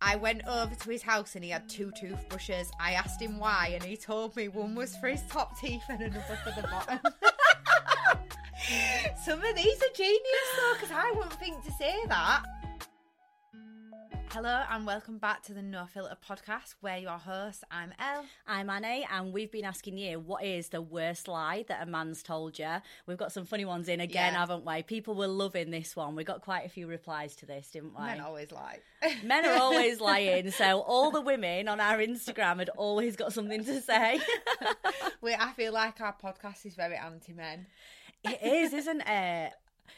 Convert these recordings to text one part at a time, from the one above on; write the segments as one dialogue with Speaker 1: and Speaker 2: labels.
Speaker 1: I went over to his house and he had two toothbrushes. I asked him why, and he told me one was for his top teeth and another for the bottom. Some of these are genius though, because I wouldn't think to say that. Hello and welcome back to the No Filter podcast. We're your hosts. I'm Elle.
Speaker 2: I'm Annie, and we've been asking you what is the worst lie that a man's told you. We've got some funny ones in again,
Speaker 1: Yeah.
Speaker 2: haven't we? People were loving this one. We got quite a few replies to this, didn't we?
Speaker 1: Men always lie.
Speaker 2: Men are always lying, so all the women on our Instagram had always got something to say.
Speaker 1: Wait, I feel like our podcast is very anti-men.
Speaker 2: it is, isn't it?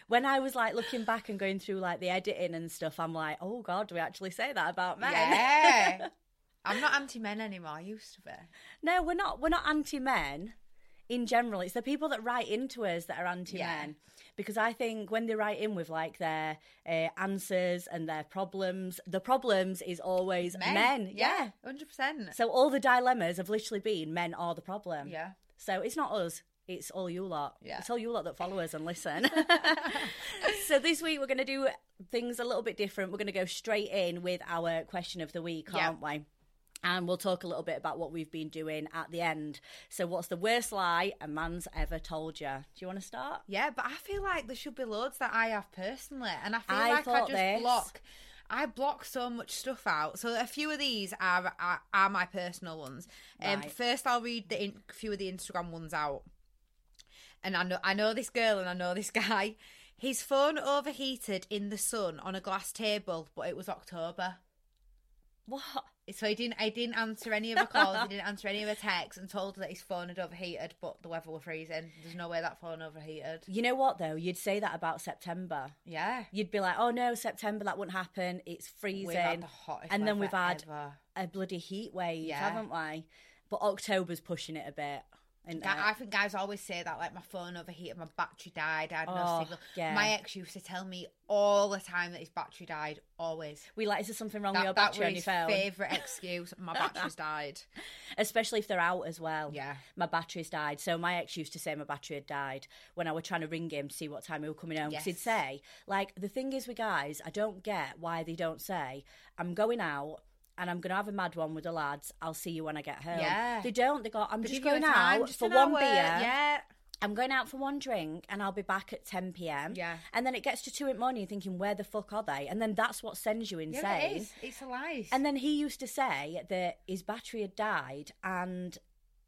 Speaker 2: When I was like looking back and going through like the editing and stuff, I'm like, oh god, do we actually say that about men?
Speaker 1: Yeah. I'm not anti-men anymore. I used to be.
Speaker 2: No, we're not. We're not anti men in general. It's the people that write into us that are anti men. Because I think when they write in with like their uh, answers and their problems, the problems is always men. Yeah.
Speaker 1: hundred percent.
Speaker 2: So all the dilemmas have literally been men are the problem.
Speaker 1: Yeah.
Speaker 2: So it's not us. It's all you lot.
Speaker 1: Yeah.
Speaker 2: It's all you lot that follow us and listen. so this week we're going to do things a little bit different. We're going to go straight in with our question of the week,
Speaker 1: Yeah.
Speaker 2: aren't we? And we'll talk a little bit about what we've been doing at the end. So, what's the worst lie a man's ever told you? Do you want to start?
Speaker 1: Yeah, but I feel like there should be loads that I have personally, and I feel
Speaker 2: I
Speaker 1: like I
Speaker 2: thought
Speaker 1: just
Speaker 2: this.
Speaker 1: block. I block so much stuff out. So a few of these are are, are my personal ones. Um,
Speaker 2: Right.
Speaker 1: First, I'll read the in, few of the Instagram ones out. And I know I know this girl, and I know this guy. His phone overheated in the sun on a glass table, but it was October.
Speaker 2: What?
Speaker 1: So he didn't. I didn't answer any of her calls. he didn't answer any of her texts, and told her that his phone had overheated, but the weather were freezing. There's no way that phone overheated.
Speaker 2: You know what, though? You'd say that about September.
Speaker 1: Yeah,
Speaker 2: You'd be like, oh no, September, that wouldn't happen. It's freezing.
Speaker 1: we've had the hottest
Speaker 2: and then
Speaker 1: weather
Speaker 2: we've had
Speaker 1: ever.
Speaker 2: a bloody heat wave,
Speaker 1: Yeah.
Speaker 2: haven't we? But October's pushing it a bit. isn't
Speaker 1: Guy-
Speaker 2: it?
Speaker 1: I think guys always say that, like my phone overheated, my battery died, I had no
Speaker 2: Oh,
Speaker 1: signal.
Speaker 2: yeah.
Speaker 1: My ex used to tell me all the time that his battery died, always.
Speaker 2: we like, is there something wrong with
Speaker 1: That,
Speaker 2: your
Speaker 1: that
Speaker 2: battery
Speaker 1: were
Speaker 2: on your
Speaker 1: his
Speaker 2: phone?
Speaker 1: favourite excuse. My battery's died.
Speaker 2: Especially if they're out as well.
Speaker 1: Yeah.
Speaker 2: My battery's died. So my ex used to say my battery had died when I were trying to ring him to see what time he were coming home. 'Cause
Speaker 1: Yes.
Speaker 2: he'd say, like, the thing is with guys, I don't get why they don't say, I'm going out and I'm going to have a mad one with the lads. I'll see you when I get home.
Speaker 1: Yeah.
Speaker 2: They don't. They go, I'm
Speaker 1: But
Speaker 2: just
Speaker 1: give you a
Speaker 2: going
Speaker 1: time,
Speaker 2: out
Speaker 1: just
Speaker 2: for
Speaker 1: an
Speaker 2: one
Speaker 1: hour,
Speaker 2: beer.
Speaker 1: Yeah.
Speaker 2: I'm going out for one drink and I'll be back at 10 p.m.
Speaker 1: Yeah.
Speaker 2: And then it gets to two in the morning, you're thinking, where the fuck are they? And then that's what sends you insane.
Speaker 1: Yeah, it is. It's a lie.
Speaker 2: And then he used to say that his battery had died and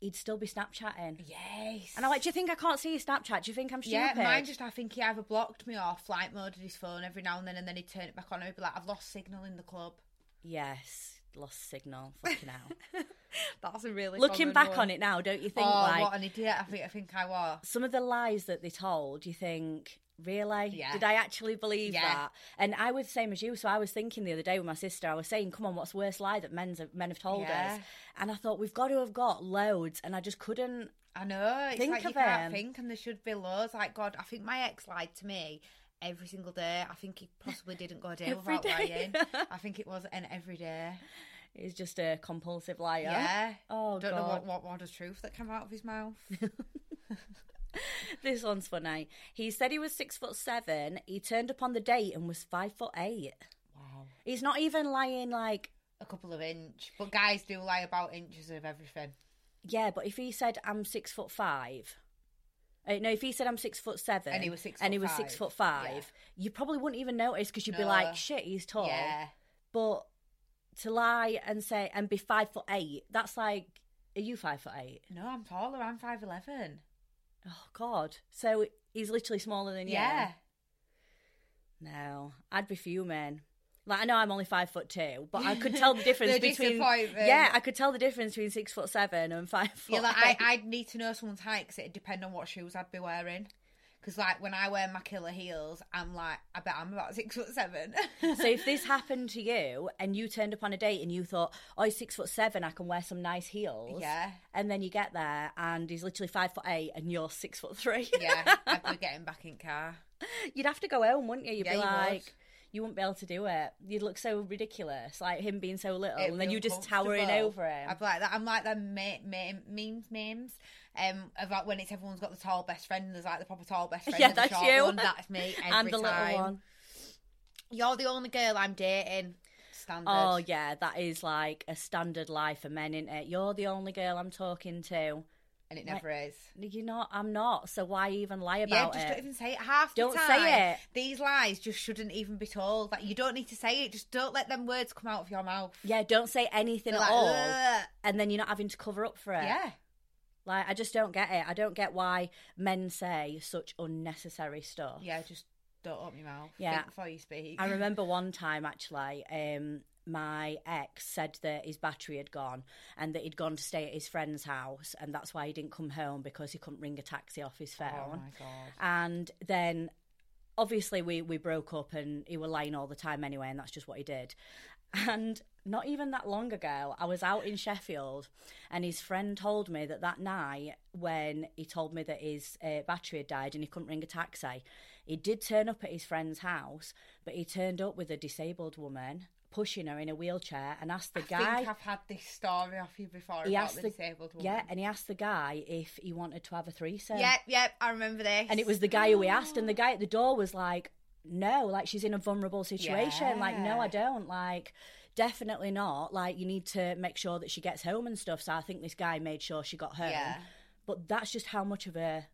Speaker 2: he'd still be Snapchatting.
Speaker 1: yes.
Speaker 2: And I'm like, do you think I can't see your Snapchat? Do you think I'm
Speaker 1: Yeah,
Speaker 2: stupid?
Speaker 1: mine just, I think he either blocked me or flight moded his phone every now and then, and then he'd turn it back on and he'd be like, I've lost signal in the club.
Speaker 2: Yes, lost signal. Fucking hell.
Speaker 1: That's a really
Speaker 2: Looking back on it now, don't you think,
Speaker 1: oh,
Speaker 2: like,
Speaker 1: what an idiot I think, I think I was.
Speaker 2: some of the lies that they told, you think, really?
Speaker 1: Yeah.
Speaker 2: Did I actually believe
Speaker 1: Yeah.
Speaker 2: that? And I was the same as you. So I was thinking the other day with my sister, I was saying, come on, what's the worst lie that men's men have told
Speaker 1: Yeah.
Speaker 2: us? And I thought, we've got to have got loads. And I just couldn't.
Speaker 1: I know. It's
Speaker 2: Think
Speaker 1: like you
Speaker 2: of
Speaker 1: can't
Speaker 2: them.
Speaker 1: think, and there should be laws. Like God, I think my ex lied to me every single day. I think he possibly didn't go a day
Speaker 2: Every
Speaker 1: without
Speaker 2: day.
Speaker 1: lying. I think it was an every day.
Speaker 2: It's just a compulsive liar.
Speaker 1: Yeah.
Speaker 2: Oh,
Speaker 1: Don't
Speaker 2: God.
Speaker 1: know what what word of truth that came out of his mouth.
Speaker 2: This one's funny. He said he was six foot seven. He turned up on the date and was five foot eight.
Speaker 1: wow.
Speaker 2: He's not even lying like,
Speaker 1: A couple of inch, but guys do lie about inches of everything.
Speaker 2: yeah, but if he said, I'm six foot five. Uh, no, if he said I'm six foot seven,
Speaker 1: And he was six
Speaker 2: and
Speaker 1: foot
Speaker 2: he was six
Speaker 1: five,
Speaker 2: foot five, you probably wouldn't even notice because you'd be
Speaker 1: No.
Speaker 2: like, "Shit, he's tall."
Speaker 1: Yeah,
Speaker 2: But to lie and say and be five foot eight, that's like, are you five foot eight?
Speaker 1: no, I'm taller. I'm five eleven.
Speaker 2: Oh God! So he's literally smaller than you.
Speaker 1: Yeah,
Speaker 2: No, I'd be fuming. Like I know I'm only five foot two, but I could tell the difference
Speaker 1: The
Speaker 2: between.
Speaker 1: disappointment.
Speaker 2: Yeah, I could tell the difference between six foot seven and five foot.
Speaker 1: yeah. Like I,
Speaker 2: eight.
Speaker 1: I'd need to know someone's height because it'd depend on what shoes I'd be wearing. Because like when I wear my killer heels, I'm like, I bet I'm about six foot seven.
Speaker 2: so if this happened to you and you turned up on a date and you thought, "Oh, he's six foot seven, I can wear some nice heels,"
Speaker 1: Yeah.
Speaker 2: and then you get there and he's literally five foot eight and you're six foot three,
Speaker 1: yeah, I'd be getting back in car.
Speaker 2: you'd have to go home, wouldn't you? You'd
Speaker 1: Yeah,
Speaker 2: be
Speaker 1: you would.
Speaker 2: like. You wouldn't be able to do it. You'd look so ridiculous, like him being so little,
Speaker 1: It'd
Speaker 2: and then
Speaker 1: be
Speaker 2: you just towering
Speaker 1: uncomfortable.
Speaker 2: over him.
Speaker 1: I'd be like that. I'm like the ma- ma- memes, memes. Um, about when it's everyone's got the tall best friend. There's like the proper tall best friend.
Speaker 2: Yeah,
Speaker 1: and the
Speaker 2: that's
Speaker 1: short
Speaker 2: you.
Speaker 1: One. That's me. Every
Speaker 2: and
Speaker 1: time.
Speaker 2: the little one.
Speaker 1: You're the only girl I'm dating. standard.
Speaker 2: Oh yeah, that is like a standard life for men, isn't it? You're the only girl I'm talking to.
Speaker 1: and it never is.
Speaker 2: You're not. I'm not. So why even lie
Speaker 1: Yeah,
Speaker 2: about
Speaker 1: just don't
Speaker 2: it?
Speaker 1: even say it. Half
Speaker 2: Don't
Speaker 1: the
Speaker 2: say
Speaker 1: time,
Speaker 2: it.
Speaker 1: These lies just shouldn't even be told. Like you don't need to say it. Just don't let them words come out of your mouth.
Speaker 2: Yeah, don't say anything
Speaker 1: They're
Speaker 2: at
Speaker 1: like,
Speaker 2: all,
Speaker 1: "Ugh."
Speaker 2: and then you're not having to cover up for it.
Speaker 1: Yeah,
Speaker 2: Like I just don't get it. I don't get why men say such unnecessary stuff.
Speaker 1: yeah. Just don't open your mouth.
Speaker 2: Yeah.
Speaker 1: Think before you speak.
Speaker 2: I remember one time actually, um, my ex said that his battery had gone and that he'd gone to stay at his friend's house, and that's why he didn't come home because he couldn't ring a taxi off his phone.
Speaker 1: Oh my god.
Speaker 2: And then obviously we, we broke up and he were lying all the time anyway, and that's just what he did. And not even that long ago, I was out in Sheffield and his friend told me that that night when he told me that his uh, battery had died and he couldn't ring a taxi, he did turn up at his friend's house, but he turned up with a disabled woman pushing her in a wheelchair and asked the guy.
Speaker 1: I think I've had this story off you before
Speaker 2: he
Speaker 1: about
Speaker 2: asked
Speaker 1: the,
Speaker 2: the,
Speaker 1: disabled woman.
Speaker 2: yeah, and he asked the guy if he wanted to have a threesome.
Speaker 1: Yep, yep, I remember this.
Speaker 2: And it was the guy who we asked, and the guy at the door was like, no, like she's in a vulnerable situation. Like, no, I
Speaker 1: Yeah.
Speaker 2: don't. Like, definitely not. Like, you need to make sure that she gets home and stuff. So I think this guy made sure she got home.
Speaker 1: Yeah.
Speaker 2: But that's just how much of a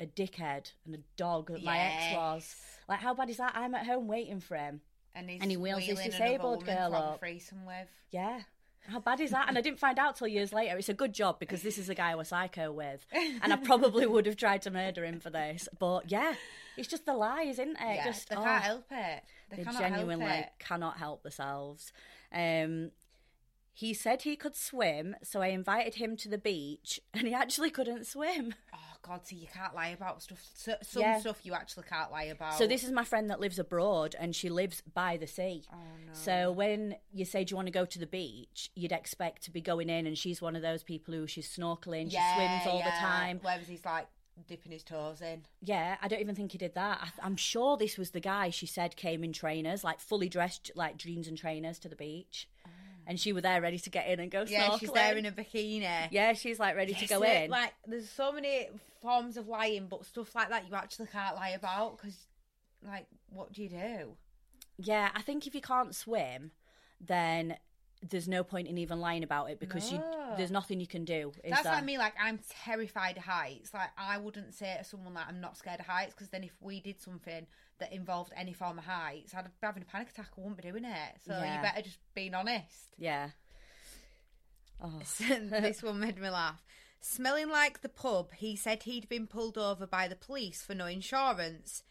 Speaker 2: a dickhead and a dog that my ex was.
Speaker 1: Yes.
Speaker 2: Like, how bad is that? I'm at home waiting for him.
Speaker 1: and, he's
Speaker 2: and he wheels this
Speaker 1: wheeling another
Speaker 2: disabled
Speaker 1: woman to have
Speaker 2: girl
Speaker 1: a
Speaker 2: up.
Speaker 1: threesome with.
Speaker 2: Yeah. How bad is that? And I didn't find out till years later. It's a good job because this is the guy I was psycho with. And I probably would have tried to murder him for this. But yeah, it's just the lies, isn't it?
Speaker 1: Yeah,
Speaker 2: just
Speaker 1: they
Speaker 2: oh,
Speaker 1: can't help it. They,
Speaker 2: they
Speaker 1: cannot
Speaker 2: genuinely
Speaker 1: help it.
Speaker 2: cannot help themselves. Um, he said he could swim, so I invited him to the beach, and he actually couldn't swim.
Speaker 1: Oh God, see, you can't lie about stuff. So, some
Speaker 2: Yeah.
Speaker 1: stuff you actually can't lie about.
Speaker 2: So this is my friend that lives abroad, and she lives by the sea.
Speaker 1: Oh,
Speaker 2: So when you say, "Do you want to go to the beach?" you'd expect to be going in, and she's one of those people who she's snorkeling, she swims all the
Speaker 1: yeah.
Speaker 2: time.
Speaker 1: Whereas he's like dipping his toes in.
Speaker 2: Yeah, I don't even think he did that. I, I'm sure this was the guy she said came in trainers, like fully dressed, like jeans and trainers, to the beach, and she were there ready to get in and go
Speaker 1: Oh. Yeah,
Speaker 2: snorkeling.
Speaker 1: she's there in a bikini.
Speaker 2: yeah, she's like ready to
Speaker 1: Yes,
Speaker 2: go
Speaker 1: look,
Speaker 2: in.
Speaker 1: Like, there's so many forms of lying, but stuff like that you actually can't lie about because, like, what do you do?
Speaker 2: Yeah, I think if you can't swim, then there's no point in even lying about it because you
Speaker 1: No.
Speaker 2: there's nothing you can do. Is
Speaker 1: That's
Speaker 2: there?
Speaker 1: like me. Like I'm terrified of heights. Like I wouldn't say to someone that I'm not scared of heights because then if we did something that involved any form of heights, I'd be having a panic attack. I wouldn't be doing it. So
Speaker 2: Yeah.
Speaker 1: you better just being honest.
Speaker 2: Yeah. Oh.
Speaker 1: this one made me laugh. Smelling like the pub, he said he'd been pulled over by the police for no insurance,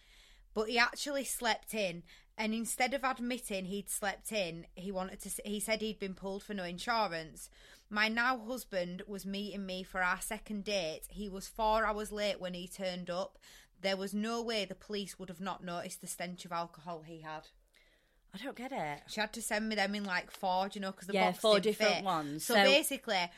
Speaker 1: but he actually slept in. And instead of admitting he'd slept in, he wanted to. s- He said he'd been pulled for no insurance. My now husband was meeting me for our second date. He was four hours late when he turned up. There was no way the police would have not noticed the stench of alcohol he had.
Speaker 2: I don't get it.
Speaker 1: She had to send me them in like four, do you know, because the
Speaker 2: Yeah,
Speaker 1: box
Speaker 2: four
Speaker 1: didn't
Speaker 2: different
Speaker 1: fit.
Speaker 2: ones.
Speaker 1: So,
Speaker 2: So-
Speaker 1: basically, I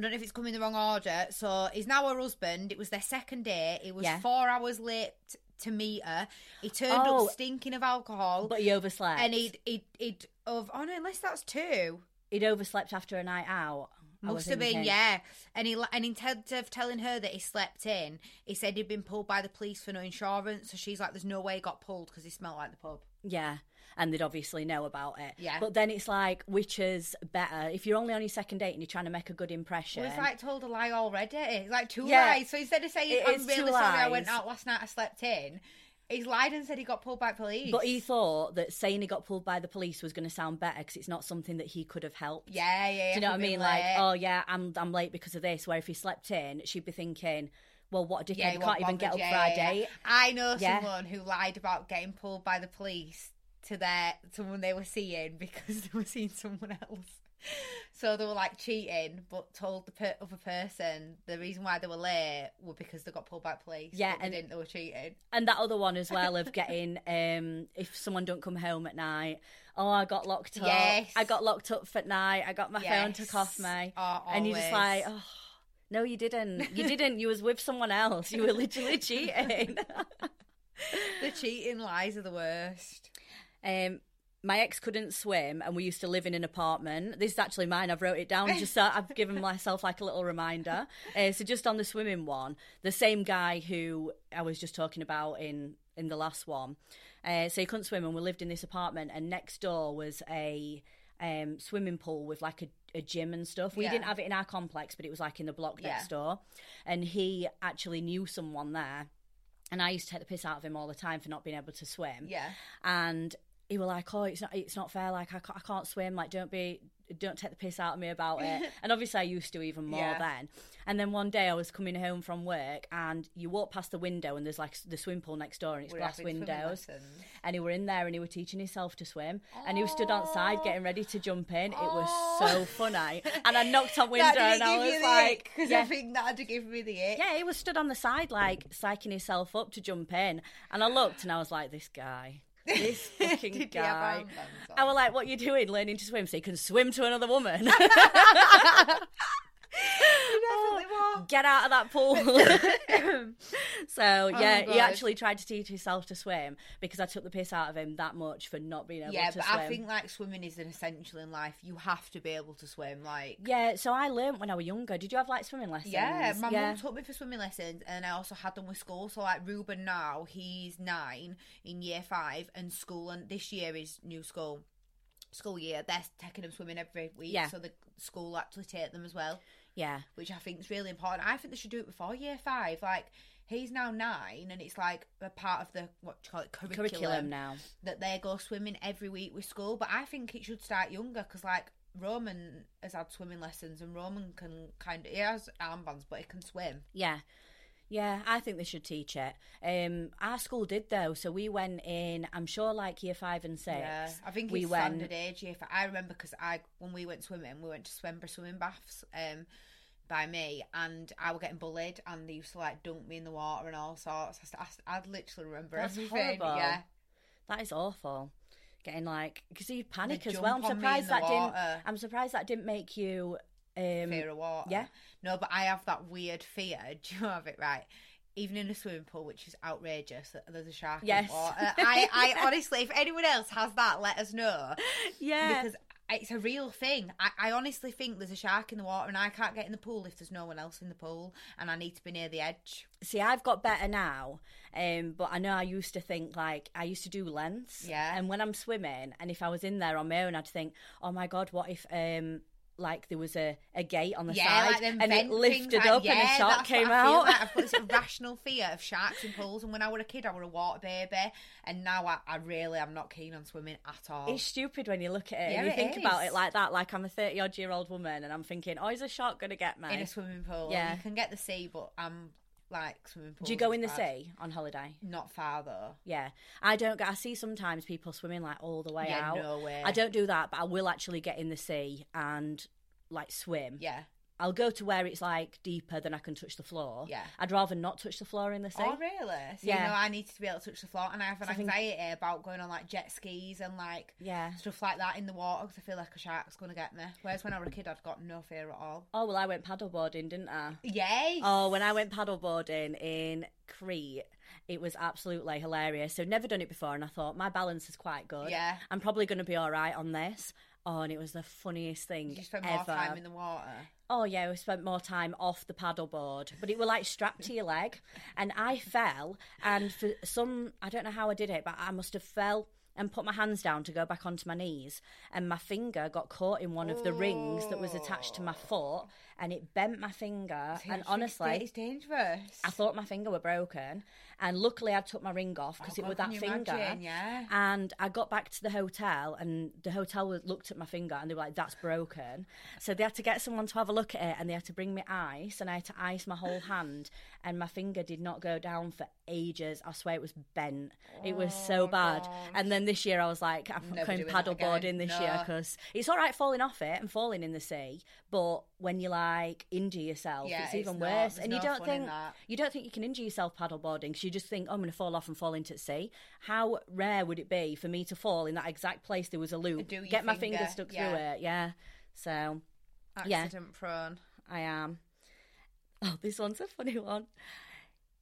Speaker 1: don't know if it's come in the wrong order. So he's now her husband. It was their second date. It was
Speaker 2: Yeah.
Speaker 1: four hours late t- to meet her. He turned
Speaker 2: Oh.
Speaker 1: up stinking of alcohol,
Speaker 2: But he overslept.
Speaker 1: and he'd he'd he'd of oh no, unless that's two.
Speaker 2: He'd overslept after a night out. I was
Speaker 1: Must have been,
Speaker 2: thinking.
Speaker 1: yeah. And he and instead of telling her that he slept in, he said he'd been pulled by the police for no insurance. So she's like, "There's no way he got pulled because he smelled like the pub."
Speaker 2: Yeah. And they'd obviously know about it.
Speaker 1: Yeah.
Speaker 2: But then it's like, which is better? If you're only on your second date and you're trying to make a good impression.
Speaker 1: Well, he's like told a lie already. It's like two
Speaker 2: Yeah.
Speaker 1: lies. So instead of saying,
Speaker 2: It
Speaker 1: "I'm
Speaker 2: is
Speaker 1: really
Speaker 2: two
Speaker 1: sorry, I went
Speaker 2: lies.
Speaker 1: out last night, I slept in," he's lied and said he got pulled by police.
Speaker 2: But he thought that saying he got pulled by the police was going to sound better because it's not something that he could have helped.
Speaker 1: yeah, yeah, yeah.
Speaker 2: Do you know what I
Speaker 1: he'd been
Speaker 2: mean? Like,
Speaker 1: late.
Speaker 2: oh yeah, I'm I'm late because of this. Where if he slept in, she'd be thinking, well, what a dickhead!
Speaker 1: yeah, he
Speaker 2: he can't
Speaker 1: won't
Speaker 2: even get up
Speaker 1: bother,
Speaker 2: for our
Speaker 1: yeah, yeah, yeah.
Speaker 2: date.
Speaker 1: I know
Speaker 2: Yeah.
Speaker 1: someone who lied about getting pulled by the police to their someone they were seeing because they were seeing someone else. So they were like cheating, but told the per- other person the reason why they were late were because they got pulled by police.
Speaker 2: Yeah,
Speaker 1: but they
Speaker 2: and-
Speaker 1: didn't. They were cheating.
Speaker 2: And that other one as well of getting um if someone don't come home at night. Oh, I got locked up.
Speaker 1: Yes.
Speaker 2: I got locked up at night. I got my phone took off me.
Speaker 1: Yes. Oh,
Speaker 2: and you're just
Speaker 1: always.
Speaker 2: like, oh no, you didn't. You didn't. You was with someone else. You were literally cheating.
Speaker 1: The cheating lies are the worst.
Speaker 2: Um, my ex couldn't swim, and we used to live in an apartment. This is actually mine. I've wrote it down just so I've given myself like a little reminder. Uh, so just on the swimming one, the same guy who I was just talking about in in the last one. Uh, so he couldn't swim, and we lived in this apartment, and next door was a um, swimming pool with like a, a gym and stuff. We
Speaker 1: Yeah.
Speaker 2: didn't have it in our complex, but it was like in the block
Speaker 1: Yeah.
Speaker 2: next door. And he actually knew someone there. And I used to take the piss out of him all the time for not being able to swim.
Speaker 1: Yeah.
Speaker 2: And he were like, "Oh, it's not, it's not fair. Like, I, ca- I can't swim. Like, don't be, don't take the piss out of me about it." and obviously, I used to even more
Speaker 1: Yeah.
Speaker 2: then. And then one day, I was coming home from work, and you walk past the window, and there's like s- the swim pool next door, and it's
Speaker 1: We're
Speaker 2: glass
Speaker 1: having swimming
Speaker 2: windows
Speaker 1: lessons.
Speaker 2: and he were in there and he were teaching himself to swim and he was stood
Speaker 1: Oh.
Speaker 2: outside getting ready to jump in. It was so funny. And I knocked on window
Speaker 1: That didn't
Speaker 2: and I
Speaker 1: give you
Speaker 2: was
Speaker 1: the
Speaker 2: like,
Speaker 1: because I
Speaker 2: yeah.
Speaker 1: think that'd give me the ick.
Speaker 2: yeah, he was stood on the side like psyching himself up to jump in. And I looked and I was like, this guy. This fucking
Speaker 1: Did he have
Speaker 2: guy.
Speaker 1: armbands on?
Speaker 2: I was like, what you doing learning to swim so you can swim to another woman?
Speaker 1: Definitely more.
Speaker 2: Get out of that pool. so, yeah,
Speaker 1: Oh, God.
Speaker 2: he actually tried to teach himself to swim because I took the piss out of him that much for not being able
Speaker 1: Yeah,
Speaker 2: to
Speaker 1: but
Speaker 2: swim.
Speaker 1: I think like swimming is an essential in life. You have to be able to swim. Like,
Speaker 2: Yeah, so I learnt when I was younger. Did you have like swimming lessons?
Speaker 1: yeah, my
Speaker 2: yeah.
Speaker 1: mum took me for swimming lessons, and I also had them with school. So like Ruben now, he's nine in year five, and school, and this year is new school. School year, they're taking them swimming every week,
Speaker 2: Yeah.
Speaker 1: so the school actually take them as well,
Speaker 2: yeah,
Speaker 1: which I think is really important. I think they should do it before year five. Like he's now nine, and it's like a part of the what do you call it
Speaker 2: curriculum, now.
Speaker 1: that they go swimming every week with school. But I think it should start younger because, like, Roman has had swimming lessons and Roman can kind of, he has armbands, but he can swim.
Speaker 2: Yeah. Yeah, I think they should teach it. Um, our school did though, so we went in. I'm sure like year five and six.
Speaker 1: Yeah. I think
Speaker 2: we
Speaker 1: it's
Speaker 2: went.
Speaker 1: standard age. If I remember, because I when we went swimming, we went to Swemborough swimming baths um, by me, and I were getting bullied, and they used to like dunk me in the water and all sorts. I, st- I, st- I'd literally remember
Speaker 2: That's
Speaker 1: everything.
Speaker 2: horrible.
Speaker 1: Yeah,
Speaker 2: That is awful. Getting like because you panic
Speaker 1: They
Speaker 2: as well. I'm
Speaker 1: jump on me in
Speaker 2: surprised
Speaker 1: the
Speaker 2: that
Speaker 1: water.
Speaker 2: didn't. I'm surprised that didn't make you. Um,
Speaker 1: fear of water.
Speaker 2: yeah.
Speaker 1: No, but I have that weird fear. Do you have it right? Even in a swimming pool, which is outrageous, that there's a shark
Speaker 2: Yes.
Speaker 1: in water. I, I honestly, if anyone else has that, let us know
Speaker 2: yeah,
Speaker 1: because it's a real thing. I, I honestly think there's a shark in the water, and I can't get in the pool if there's no one else in the pool, and I need to be near the edge.
Speaker 2: See, I've got better now, um, but I know I used to think like I used to do lengths.
Speaker 1: Yeah.
Speaker 2: And when I'm swimming, and if I was in there on my own, I'd think, oh my god, what if um, like there was a, a gate on the
Speaker 1: Yeah,
Speaker 2: side
Speaker 1: like them
Speaker 2: and it
Speaker 1: vent things,
Speaker 2: lifted
Speaker 1: like-
Speaker 2: up
Speaker 1: yeah,
Speaker 2: and a
Speaker 1: that's
Speaker 2: shark
Speaker 1: what I
Speaker 2: came
Speaker 1: feel
Speaker 2: out.
Speaker 1: Like. I've got this irrational fear of sharks in pools, and when I were a kid, I were a water baby, and now I, I really am not keen on swimming at all.
Speaker 2: It's stupid when you look at it
Speaker 1: Oh. Yeah,
Speaker 2: and you
Speaker 1: it
Speaker 2: think about
Speaker 1: is.
Speaker 2: it like that. Like I'm a 30 odd year old woman and I'm thinking, oh, is a shark going to get me?
Speaker 1: in a swimming pool.
Speaker 2: Yeah.
Speaker 1: you can get the sea, but I'm like swimming pool.
Speaker 2: Do you go in the sea on holiday?
Speaker 1: Not far though.
Speaker 2: Yeah, I don't. get- I see sometimes people swimming like all the way
Speaker 1: Yeah,
Speaker 2: out.
Speaker 1: no way.
Speaker 2: I don't do that, but I will actually get in the sea and like swim.
Speaker 1: Yeah,
Speaker 2: I'll go to where it's like deeper than I can touch the floor.
Speaker 1: Yeah.
Speaker 2: I'd rather not touch the floor in the sea.
Speaker 1: oh really? So,
Speaker 2: Yeah.
Speaker 1: you know, I need to be able to touch the floor, and I have an
Speaker 2: I think-
Speaker 1: anxiety about going on like jet skis and like
Speaker 2: Yeah.
Speaker 1: stuff like that in the water because I feel like a shark's gonna get me. Whereas when I were a kid, I'd got no fear at all.
Speaker 2: Oh well, I went paddleboarding, didn't I?
Speaker 1: Yay!
Speaker 2: Oh, when I went paddleboarding in Crete, it was absolutely hilarious. So never done it before, and I thought my balance is quite good.
Speaker 1: Yeah.
Speaker 2: I'm probably going to be all right on this. Oh, and it was the funniest thing
Speaker 1: you spend
Speaker 2: ever.
Speaker 1: more time in the water.
Speaker 2: Oh yeah, we spent more time off the paddleboard, but it were like strapped to your leg, and I fell, and for some I don't know how I did it, but I must have fell and put my hands down to go back onto my knees, and my finger got caught in one of the rings that was attached to my foot, and it bent my finger, and
Speaker 1: It's-
Speaker 2: honestly.
Speaker 1: it's dangerous.
Speaker 2: I thought my finger were broken, and luckily I took my ring off because
Speaker 1: Oh,
Speaker 2: it
Speaker 1: God,
Speaker 2: was
Speaker 1: can
Speaker 2: that
Speaker 1: you
Speaker 2: finger.
Speaker 1: imagine? Yeah.
Speaker 2: And I got back to the hotel, and the hotel was, looked at my finger, and they were like, "That's broken." So they had to get someone to have a look at it, and they had to bring me ice, and I had to ice my whole hand, and my finger did not go down for ages. I swear it was bent. It was so bad. And then this year I was like, "I'm
Speaker 1: Oh, Never
Speaker 2: not going
Speaker 1: doing that again.
Speaker 2: paddleboarding this year
Speaker 1: No.
Speaker 2: because it's all right falling off it and falling in the sea, but when you like injure yourself,
Speaker 1: Yeah,
Speaker 2: it's
Speaker 1: it's
Speaker 2: even
Speaker 1: not-
Speaker 2: worse.
Speaker 1: there's
Speaker 2: and you
Speaker 1: no
Speaker 2: don't
Speaker 1: fun in
Speaker 2: think
Speaker 1: that.
Speaker 2: you don't think you can injure yourself paddleboarding because you just think, oh, I'm going to fall off and fall into the sea. How rare would it be for me to fall in that exact place there was a loop,
Speaker 1: Do your
Speaker 2: get my finger,
Speaker 1: finger,
Speaker 2: stuck through
Speaker 1: yeah.
Speaker 2: it? Yeah. So yeah.
Speaker 1: Accident prone.
Speaker 2: I am. Oh, this one's a funny one.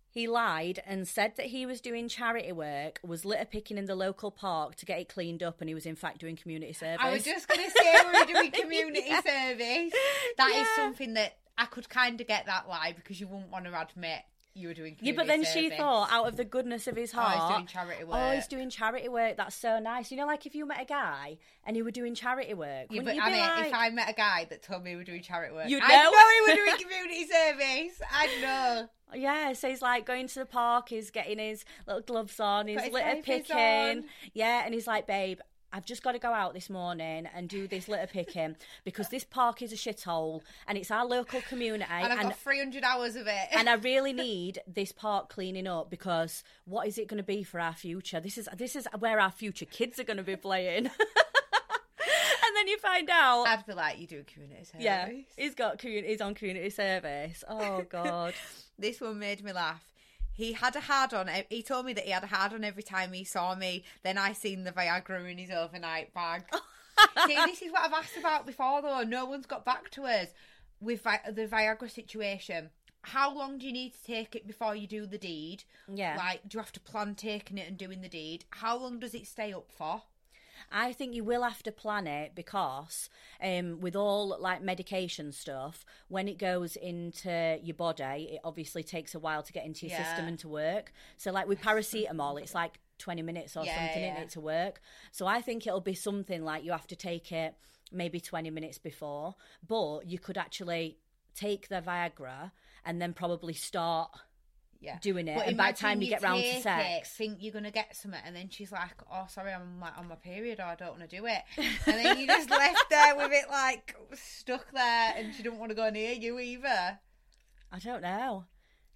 Speaker 2: He lied and said that he was doing charity work, was litter picking in the local park to get it cleaned up, and he was in fact doing community service.
Speaker 1: I was just going to say we were doing community service. That is
Speaker 2: Yeah.
Speaker 1: something that I could kind of get that lie because you wouldn't want to admit you were doing.
Speaker 2: Yeah, but then
Speaker 1: community
Speaker 2: she
Speaker 1: service.
Speaker 2: thought out of the goodness of his
Speaker 1: Oh,
Speaker 2: heart,
Speaker 1: he's doing charity work.
Speaker 2: "Oh, he's doing charity work. That's so nice." You know, like if you met a guy and he were doing charity work,
Speaker 1: Yeah,
Speaker 2: wouldn't
Speaker 1: but
Speaker 2: you
Speaker 1: I
Speaker 2: be
Speaker 1: mean,
Speaker 2: like,
Speaker 1: if I met a guy that told me we were doing charity work,
Speaker 2: You'd
Speaker 1: I'd
Speaker 2: know.
Speaker 1: know he was doing community service. I'd know.
Speaker 2: Yeah, so he's like going to the park, he's getting his little gloves on, he's
Speaker 1: his
Speaker 2: litter
Speaker 1: diapers
Speaker 2: picking.
Speaker 1: on.
Speaker 2: Yeah, and he's like, babe, I've just got to go out this morning and do this litter picking because this park is a shithole and it's our local community
Speaker 1: And I've
Speaker 2: and,
Speaker 1: got 300 hours of it.
Speaker 2: and I really need this park cleaning up because what is it going to be for our future? This is this is where our future kids are going to be playing. and then you find out
Speaker 1: I'd be like, you're doing community service.
Speaker 2: yeah, he's got community, he's on community service. Oh god.
Speaker 1: This one made me laugh. He had a hard on. e, He told me that he had a hard on every time he saw me. Then I seen the Viagra in his overnight bag. See, this is what I've asked about before, though. No one's got back to us with Vi- the Viagra situation. How long do you need to take it before you do the deed?
Speaker 2: Yeah.
Speaker 1: Like, do you have to plan taking it and doing the deed? How long does it stay up for?
Speaker 2: I think you will have to plan it because um, with all like medication stuff, when it goes into your body, it obviously takes a while to get into your
Speaker 1: Yeah.
Speaker 2: system and to work. So like with paracetamol, it's like 20 minutes or
Speaker 1: Yeah,
Speaker 2: something in
Speaker 1: yeah.
Speaker 2: it to work. So I think it'll be something like you have to take it maybe 20 minutes before, but you could actually take the Viagra and then probably start
Speaker 1: Yeah.
Speaker 2: doing it. and by the
Speaker 1: imagine
Speaker 2: time you get round to
Speaker 1: take
Speaker 2: sex,
Speaker 1: it, think you're gonna get something, and then she's like, "Oh, sorry, I'm like on my period, or I don't want to do it," and then you just left there with it like stuck there, and she don't want to go near you either.
Speaker 2: I don't know.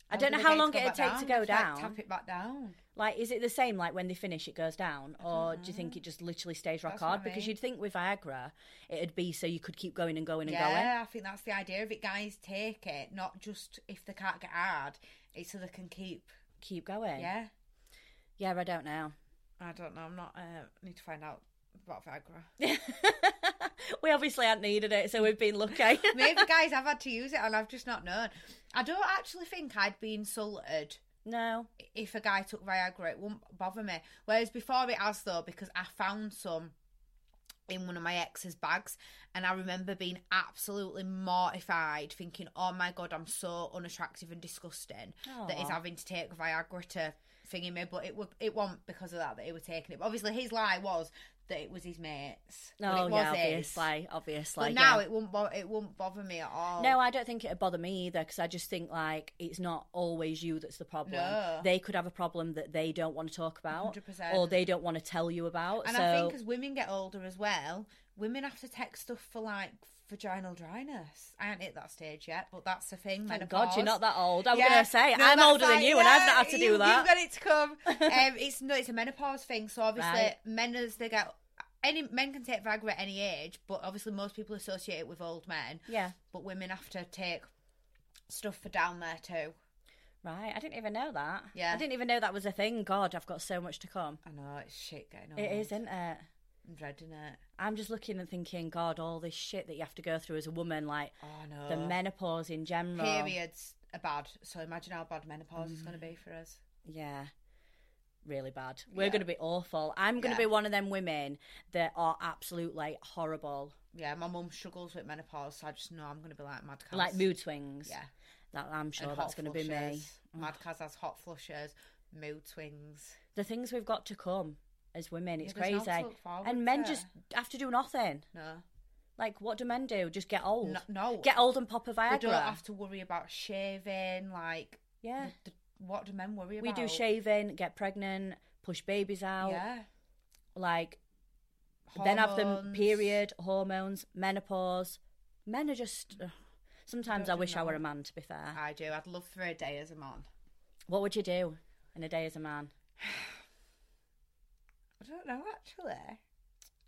Speaker 2: I
Speaker 1: Or
Speaker 2: don't
Speaker 1: do
Speaker 2: know
Speaker 1: they
Speaker 2: how
Speaker 1: get
Speaker 2: long
Speaker 1: go back
Speaker 2: it'd take to go
Speaker 1: Just, like,
Speaker 2: down.
Speaker 1: tap it back down.
Speaker 2: Like, is it the same? Like when they finish, it goes down, or do you think it just literally stays rock
Speaker 1: That's what I
Speaker 2: hard? Because
Speaker 1: mean.
Speaker 2: you'd think with Viagra, it'd be so you could keep going and going and going.
Speaker 1: Yeah, I think that's the idea of it. Guys, take it, not just if they can't get hard, it's so they can keep.
Speaker 2: Keep going.
Speaker 1: Yeah,
Speaker 2: Yeah, I don't know.
Speaker 1: I don't know. I'm not. Uh, need to find out about Viagra.
Speaker 2: we obviously hadn't needed it, so we've been lucky.
Speaker 1: Maybe guys, I've had to use it, and I've just not known. I don't actually think I'd be insulted.
Speaker 2: no.
Speaker 1: if a guy took Viagra, it wouldn't bother me. Whereas before it has though, because I found some in one of my ex's bags, and I remember being absolutely mortified, thinking, "Oh my god, I'm so unattractive and disgusting that he's
Speaker 2: Aw.
Speaker 1: having to take Viagra to thingy me." But it would, it wasn't because of that that he was taking it. But obviously, his lie was that it was his mates.
Speaker 2: No,
Speaker 1: but it was
Speaker 2: Oh, yeah,
Speaker 1: his.
Speaker 2: obviously. Obviously.
Speaker 1: But
Speaker 2: yeah.
Speaker 1: now it won't, bo- it won't bother me at all.
Speaker 2: No, I don't think it'd bother me either because I just think like it's not always you that's the problem.
Speaker 1: No.
Speaker 2: They could have a problem that they don't want to talk about,
Speaker 1: 100%.
Speaker 2: or they don't want to tell you about.
Speaker 1: And
Speaker 2: so
Speaker 1: I think as women get older as well, women have to take stuff for like vaginal dryness. I ain't hit that stage yet, but that's the thing.
Speaker 2: Thank
Speaker 1: menopause.
Speaker 2: God you're not that old. I was
Speaker 1: Yeah.
Speaker 2: going to say,
Speaker 1: No,
Speaker 2: I'm
Speaker 1: that's
Speaker 2: older than
Speaker 1: like-
Speaker 2: you and I've
Speaker 1: yeah,
Speaker 2: not had to
Speaker 1: you,
Speaker 2: do that.
Speaker 1: You've got it to come. um, it's no, it's a menopause thing. So obviously,
Speaker 2: Right.
Speaker 1: men as they get any men can take Viagra at any age, but obviously most people associate it with old men.
Speaker 2: Yeah.
Speaker 1: But women have to take stuff for down there too.
Speaker 2: Right, I didn't even know that.
Speaker 1: Yeah.
Speaker 2: I didn't even know that was a thing. God, I've got so much to come.
Speaker 1: I know it's shit getting on.
Speaker 2: It is, isn't it?
Speaker 1: I'm dreading it.
Speaker 2: I'm just looking and thinking, God, all this shit that you have to go through as a woman, like
Speaker 1: Oh no.
Speaker 2: the menopause in general.
Speaker 1: periods are bad. So imagine how bad menopause
Speaker 2: Mm.
Speaker 1: is going to be for us.
Speaker 2: Yeah. Really bad. We're
Speaker 1: Yeah.
Speaker 2: going to be awful. I'm going to
Speaker 1: Yeah.
Speaker 2: be one of them women that are absolutely horrible.
Speaker 1: Yeah, my mum struggles with menopause, so I just know I'm going to be like mad Caz.
Speaker 2: Like mood swings.
Speaker 1: Yeah.
Speaker 2: That, I'm
Speaker 1: and
Speaker 2: sure
Speaker 1: hot
Speaker 2: that's going to be me.
Speaker 1: flushes. Mad Caz has hot flushes, mood swings.
Speaker 2: The things we've got to come as women, it's
Speaker 1: there's
Speaker 2: crazy.
Speaker 1: not to look forward
Speaker 2: And men
Speaker 1: to.
Speaker 2: just have to do nothing.
Speaker 1: No.
Speaker 2: Like, what do men do? Just get old.
Speaker 1: No. no.
Speaker 2: Get old and pop a
Speaker 1: they
Speaker 2: Viagra.
Speaker 1: don't have to worry about shaving. Like,
Speaker 2: yeah.
Speaker 1: the- what do men worry
Speaker 2: We
Speaker 1: about?
Speaker 2: do shaving, get pregnant, push babies out,
Speaker 1: Yeah.
Speaker 2: like then have them
Speaker 1: Hormones.
Speaker 2: period, hormones, menopause. Men are just. ugh. Sometimes I
Speaker 1: don't
Speaker 2: wish I were
Speaker 1: know.
Speaker 2: a man, to be fair.
Speaker 1: I do. I'd love for a day as a man.
Speaker 2: What would you do in a day as a man?
Speaker 1: I don't know actually.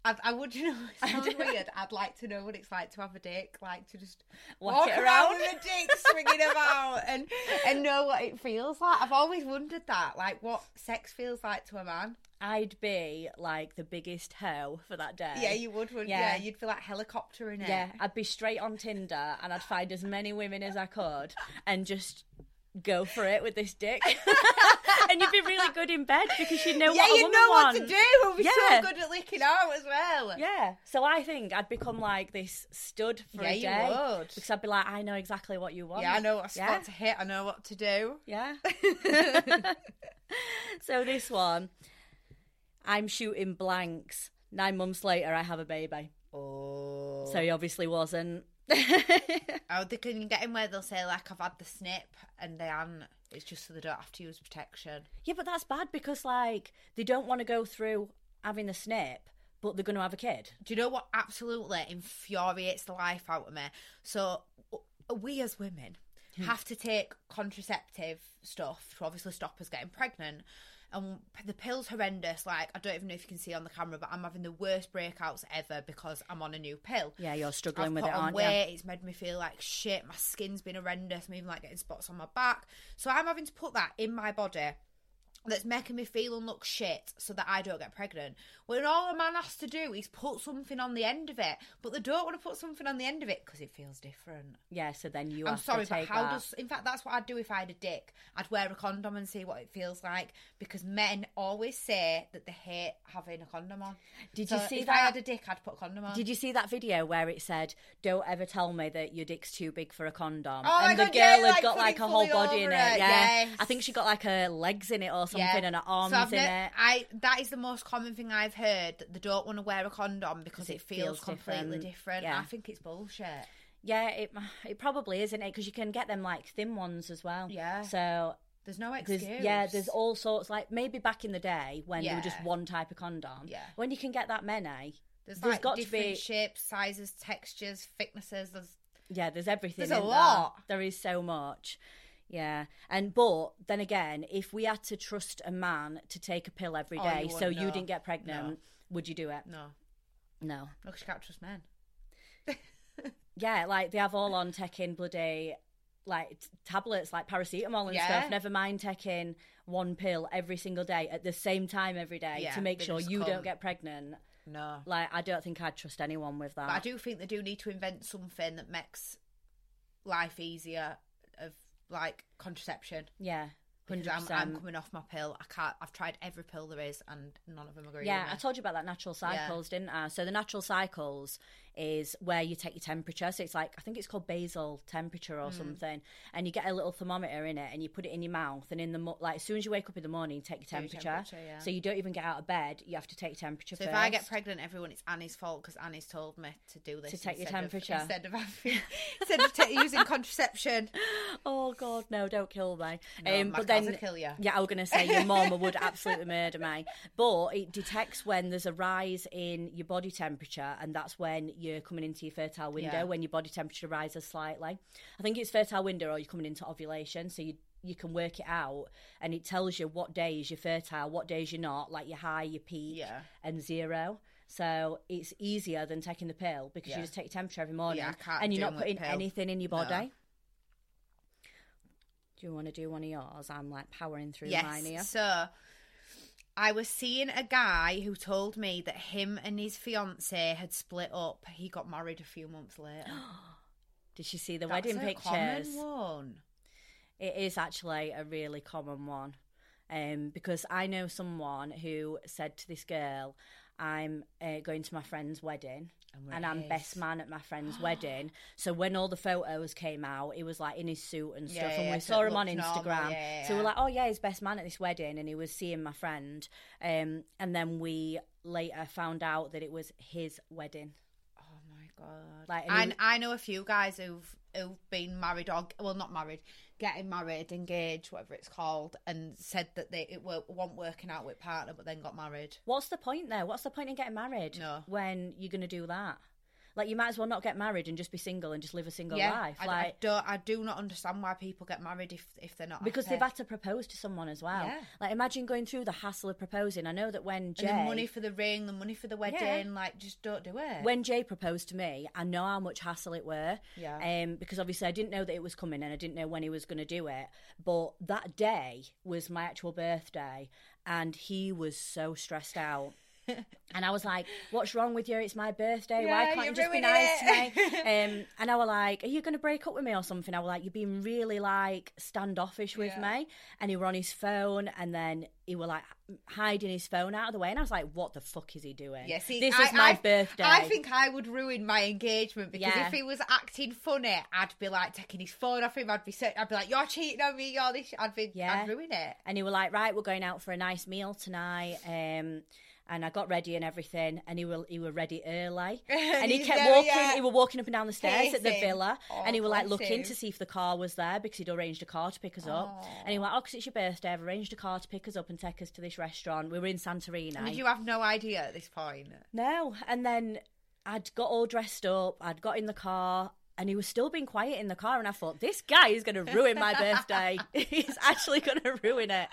Speaker 1: I'd, I would, you know, it sounds weird. I'd like to know what it's like to have a dick, like to just
Speaker 2: Whack
Speaker 1: walk
Speaker 2: it
Speaker 1: around
Speaker 2: around.
Speaker 1: with a dick swinging about and and know what it feels like. I've always wondered that, like what sex feels like to a man.
Speaker 2: I'd be like the biggest hoe for that day.
Speaker 1: Yeah, you would, wouldn't yeah.
Speaker 2: Yeah.
Speaker 1: You'd feel like helicoptering it.
Speaker 2: Yeah, I'd be straight on Tinder and I'd find as many women as I could and just go for it with this dick. and you'd be really good in bed because you'd know
Speaker 1: yeah,
Speaker 2: what a
Speaker 1: you
Speaker 2: woman
Speaker 1: know
Speaker 2: wants.
Speaker 1: what to do. We'll be
Speaker 2: Yeah.
Speaker 1: so good at licking out as well.
Speaker 2: Yeah. So I think I'd become like this stud for
Speaker 1: Yeah,
Speaker 2: a
Speaker 1: you
Speaker 2: day.
Speaker 1: would.
Speaker 2: Because I'd be like, I know exactly what you want.
Speaker 1: Yeah, I know what spot
Speaker 2: Yeah.
Speaker 1: to hit. I know what to do.
Speaker 2: Yeah. so this one, I'm shooting blanks. Nine months later, I have a baby.
Speaker 1: Oh.
Speaker 2: So he obviously wasn't.
Speaker 1: Oh, they can get in where they'll say like I've had the snip and they aren't. It's just so they don't have to use protection.
Speaker 2: yeah, but that's bad because like they don't want to go through having the snip, but they're going to have a kid.
Speaker 1: Do you know what absolutely infuriates the life out of me? So w- we as women have to take contraceptive stuff to obviously stop us getting pregnant. And p- the pill's horrendous. Like, I don't even know if you can see on the camera, but I'm having the worst breakouts ever because I'm on a new pill.
Speaker 2: Yeah, you're struggling
Speaker 1: I've
Speaker 2: with
Speaker 1: put
Speaker 2: it,
Speaker 1: on
Speaker 2: aren't you?
Speaker 1: weight. It's made me feel like shit. My skin's been horrendous. I'm even like getting spots on my back. So I'm having to put that in my body that's making me feel and look shit so that I don't get pregnant. When all a man has to do is put something on the end of it, but they don't want to put something on the end of it because it feels different.
Speaker 2: Yeah. So then you
Speaker 1: I'm
Speaker 2: have
Speaker 1: sorry,
Speaker 2: to
Speaker 1: but
Speaker 2: take
Speaker 1: how
Speaker 2: that.
Speaker 1: does? In fact, that's what I'd do if I had a dick. I'd wear a condom and see what it feels like because men always say that they hate having a condom on.
Speaker 2: Did
Speaker 1: So
Speaker 2: you see
Speaker 1: if
Speaker 2: that?
Speaker 1: I had a dick, I'd put a condom on.
Speaker 2: Did you see that video where it said, "Don't ever tell me that your dick's too big for a condom"?
Speaker 1: Oh my
Speaker 2: and the
Speaker 1: God,
Speaker 2: girl
Speaker 1: yeah,
Speaker 2: had
Speaker 1: like,
Speaker 2: got
Speaker 1: fully,
Speaker 2: like a whole
Speaker 1: fully
Speaker 2: body in
Speaker 1: over
Speaker 2: it.
Speaker 1: it,
Speaker 2: Yeah,
Speaker 1: yes.
Speaker 2: I think she got like her legs in it or something, and her arms
Speaker 1: So I've
Speaker 2: in
Speaker 1: ne-
Speaker 2: it.
Speaker 1: I that is the most common thing I've heard that they don't want to wear a condom because it,
Speaker 2: it
Speaker 1: feels,
Speaker 2: feels
Speaker 1: completely
Speaker 2: different.
Speaker 1: different.
Speaker 2: Yeah.
Speaker 1: I think it's bullshit.
Speaker 2: Yeah, it it probably isn't it because you can get them like thin ones as well.
Speaker 1: Yeah.
Speaker 2: So
Speaker 1: There's no
Speaker 2: there's
Speaker 1: excuse.
Speaker 2: yeah, there's all sorts. Like maybe back in the day when there were just
Speaker 1: Yeah.
Speaker 2: one type of condom.
Speaker 1: Yeah.
Speaker 2: When you can get that many,
Speaker 1: There's,
Speaker 2: there's
Speaker 1: like
Speaker 2: got to
Speaker 1: different
Speaker 2: be-
Speaker 1: shapes, sizes, textures, thicknesses. There's
Speaker 2: yeah, there's everything.
Speaker 1: There's a
Speaker 2: isn't there?
Speaker 1: lot.
Speaker 2: there is so much. Yeah, and but then again, if we had to trust a man to take a pill every
Speaker 1: Oh,
Speaker 2: day
Speaker 1: you wouldn't
Speaker 2: so you
Speaker 1: know.
Speaker 2: didn't get pregnant, would you do it?
Speaker 1: no, no,
Speaker 2: No.
Speaker 1: 'cause you can't trust men.
Speaker 2: Yeah, like they have all on taking bloody like t- tablets, like paracetamol and
Speaker 1: Yeah.
Speaker 2: stuff. Never mind taking one pill every single day at the same time every day
Speaker 1: Yeah,
Speaker 2: to make
Speaker 1: they
Speaker 2: sure
Speaker 1: just
Speaker 2: you
Speaker 1: come.
Speaker 2: don't get pregnant.
Speaker 1: No,
Speaker 2: Like I don't think I'd trust anyone with that.
Speaker 1: but I do think they do need to invent something that makes life easier of like contraception.
Speaker 2: Yeah,
Speaker 1: Because
Speaker 2: hundred
Speaker 1: I'm, I'm
Speaker 2: percent.
Speaker 1: coming off my pill. I can't. I've tried every pill there is, and none of them agree.
Speaker 2: Yeah, I
Speaker 1: with me.
Speaker 2: told you about that natural cycles, didn't I? So the natural cycles is where you take your temperature. So it's like I think it's called basal temperature
Speaker 1: Hmm.
Speaker 2: or something, and you get a little thermometer in it, and you put it in your mouth, and in the mo- like as soon as you wake up in the morning, you take your
Speaker 1: your
Speaker 2: temperature.
Speaker 1: temperature, yeah.
Speaker 2: So you don't even get out of bed; you have to take your temperature.
Speaker 1: So
Speaker 2: first.
Speaker 1: if I get pregnant, everyone, it's Annie's fault because Annie's told me to do this.
Speaker 2: To take your
Speaker 1: instead
Speaker 2: temperature.
Speaker 1: Of, instead of, having, instead of ta- using contraception.
Speaker 2: oh god, no, don't kill me. Um,
Speaker 1: No, my
Speaker 2: but
Speaker 1: cars
Speaker 2: then
Speaker 1: will kill ya.
Speaker 2: Yeah, I was gonna say your mama would absolutely murder me. But it detects when there's a rise in your body temperature, and that's when you're coming into your fertile window
Speaker 1: Yeah.
Speaker 2: when your body temperature rises slightly. I think it's fertile window, or you're coming into ovulation, so you. You can work it out, and it tells you what days you're fertile, what days you're not, like your high, your peak,
Speaker 1: Yeah.
Speaker 2: and zero. So it's easier than taking the pill because
Speaker 1: Yeah.
Speaker 2: you just take your temperature every morning,
Speaker 1: Yeah, I can't
Speaker 2: and
Speaker 1: do
Speaker 2: you're not
Speaker 1: with
Speaker 2: putting
Speaker 1: pill.
Speaker 2: anything in your body.
Speaker 1: No.
Speaker 2: Do you want to do one of yours? I'm like powering through mine here.
Speaker 1: Yes. So I was seeing a guy who told me that him and his fiance had split up. He got married a few months later.
Speaker 2: Did you see the
Speaker 1: That's
Speaker 2: wedding
Speaker 1: a
Speaker 2: pictures?
Speaker 1: Common one.
Speaker 2: It is actually a really common one. Um, because I know someone who said to this girl, I'm uh, going to my friend's wedding.
Speaker 1: And we're
Speaker 2: And I'm
Speaker 1: his.
Speaker 2: best man at my friend's wedding. So when all the photos came out, he was like in his suit and stuff,
Speaker 1: Yeah,
Speaker 2: and
Speaker 1: yeah,
Speaker 2: we
Speaker 1: so
Speaker 2: saw
Speaker 1: it
Speaker 2: him on
Speaker 1: looked normal,
Speaker 2: Instagram.
Speaker 1: yeah,
Speaker 2: So we're
Speaker 1: yeah.
Speaker 2: like, oh yeah, he's best man at this wedding, and he was seeing my friend. Um, and then we later found out that it was his wedding.
Speaker 1: Oh my god!
Speaker 2: Like, and
Speaker 1: I,
Speaker 2: he-
Speaker 1: I know a few guys who've who've been married or well, not married, getting married, engaged, whatever it's called, and said that they it were, weren't working out with partner, but then got married.
Speaker 2: What's the point there? What's the point in getting married
Speaker 1: No.
Speaker 2: when you're going to do that? Like, you might as well not get married and just be single and just live a single life.
Speaker 1: I,
Speaker 2: like,
Speaker 1: I don't. I do not understand why people get married if if they're not
Speaker 2: because
Speaker 1: happy.
Speaker 2: they've had to propose to someone as well.
Speaker 1: Yeah.
Speaker 2: Like, imagine going through the hassle of proposing. I know that when Jay,
Speaker 1: and the money for the ring, the money for the wedding, like just don't do it.
Speaker 2: when Jay proposed to me, I know how much hassle it were.
Speaker 1: Yeah.
Speaker 2: Um, because obviously I didn't know that it was coming and I didn't know when he was going to do it. But that day was my actual birthday, and he was so stressed out. And I was like, "What's wrong with you? It's my birthday.
Speaker 1: Yeah,
Speaker 2: Why can't
Speaker 1: you
Speaker 2: you just be
Speaker 1: ruined
Speaker 2: nice
Speaker 1: it."
Speaker 2: to me?" Um, and I were like, "Are you going to break up with me or something?" I were like, "You're being really like standoffish with
Speaker 1: Yeah.
Speaker 2: me." And he were on his phone, and then he were like hiding his phone out of the way. And I was like, "What the fuck is he doing?
Speaker 1: Yeah, see,
Speaker 2: this
Speaker 1: I,
Speaker 2: is my
Speaker 1: I-
Speaker 2: birthday."
Speaker 1: I think I would ruin my engagement because
Speaker 2: Yeah.
Speaker 1: if he was acting funny, I'd be like taking his phone off him. I'd be saying, I'd be like, "You're cheating on me. You're this." I'd be,
Speaker 2: Yeah.
Speaker 1: I'd ruin it.
Speaker 2: and he were like, "Right, we're going out for a nice meal tonight." Um, and I got ready and everything, and he were he were ready early, and he
Speaker 1: He's
Speaker 2: kept
Speaker 1: there,
Speaker 2: walking.
Speaker 1: yeah.
Speaker 2: He were walking up and down the stairs at the
Speaker 1: Pacing.
Speaker 2: villa,
Speaker 1: Oh,
Speaker 2: and he were like
Speaker 1: bless
Speaker 2: looking
Speaker 1: him.
Speaker 2: to see if the car was there because he'd arranged a car to pick us up. And he were like, "Oh, 'cause it's your birthday, I've arranged a car to pick us up and take us to this restaurant." We were in Santorini.
Speaker 1: Did you have no idea at this point?
Speaker 2: No. And then I'd got all dressed up, I'd got in the car, and he was still being quiet in the car. And I thought, this guy is going to ruin my birthday. He's actually going to ruin it.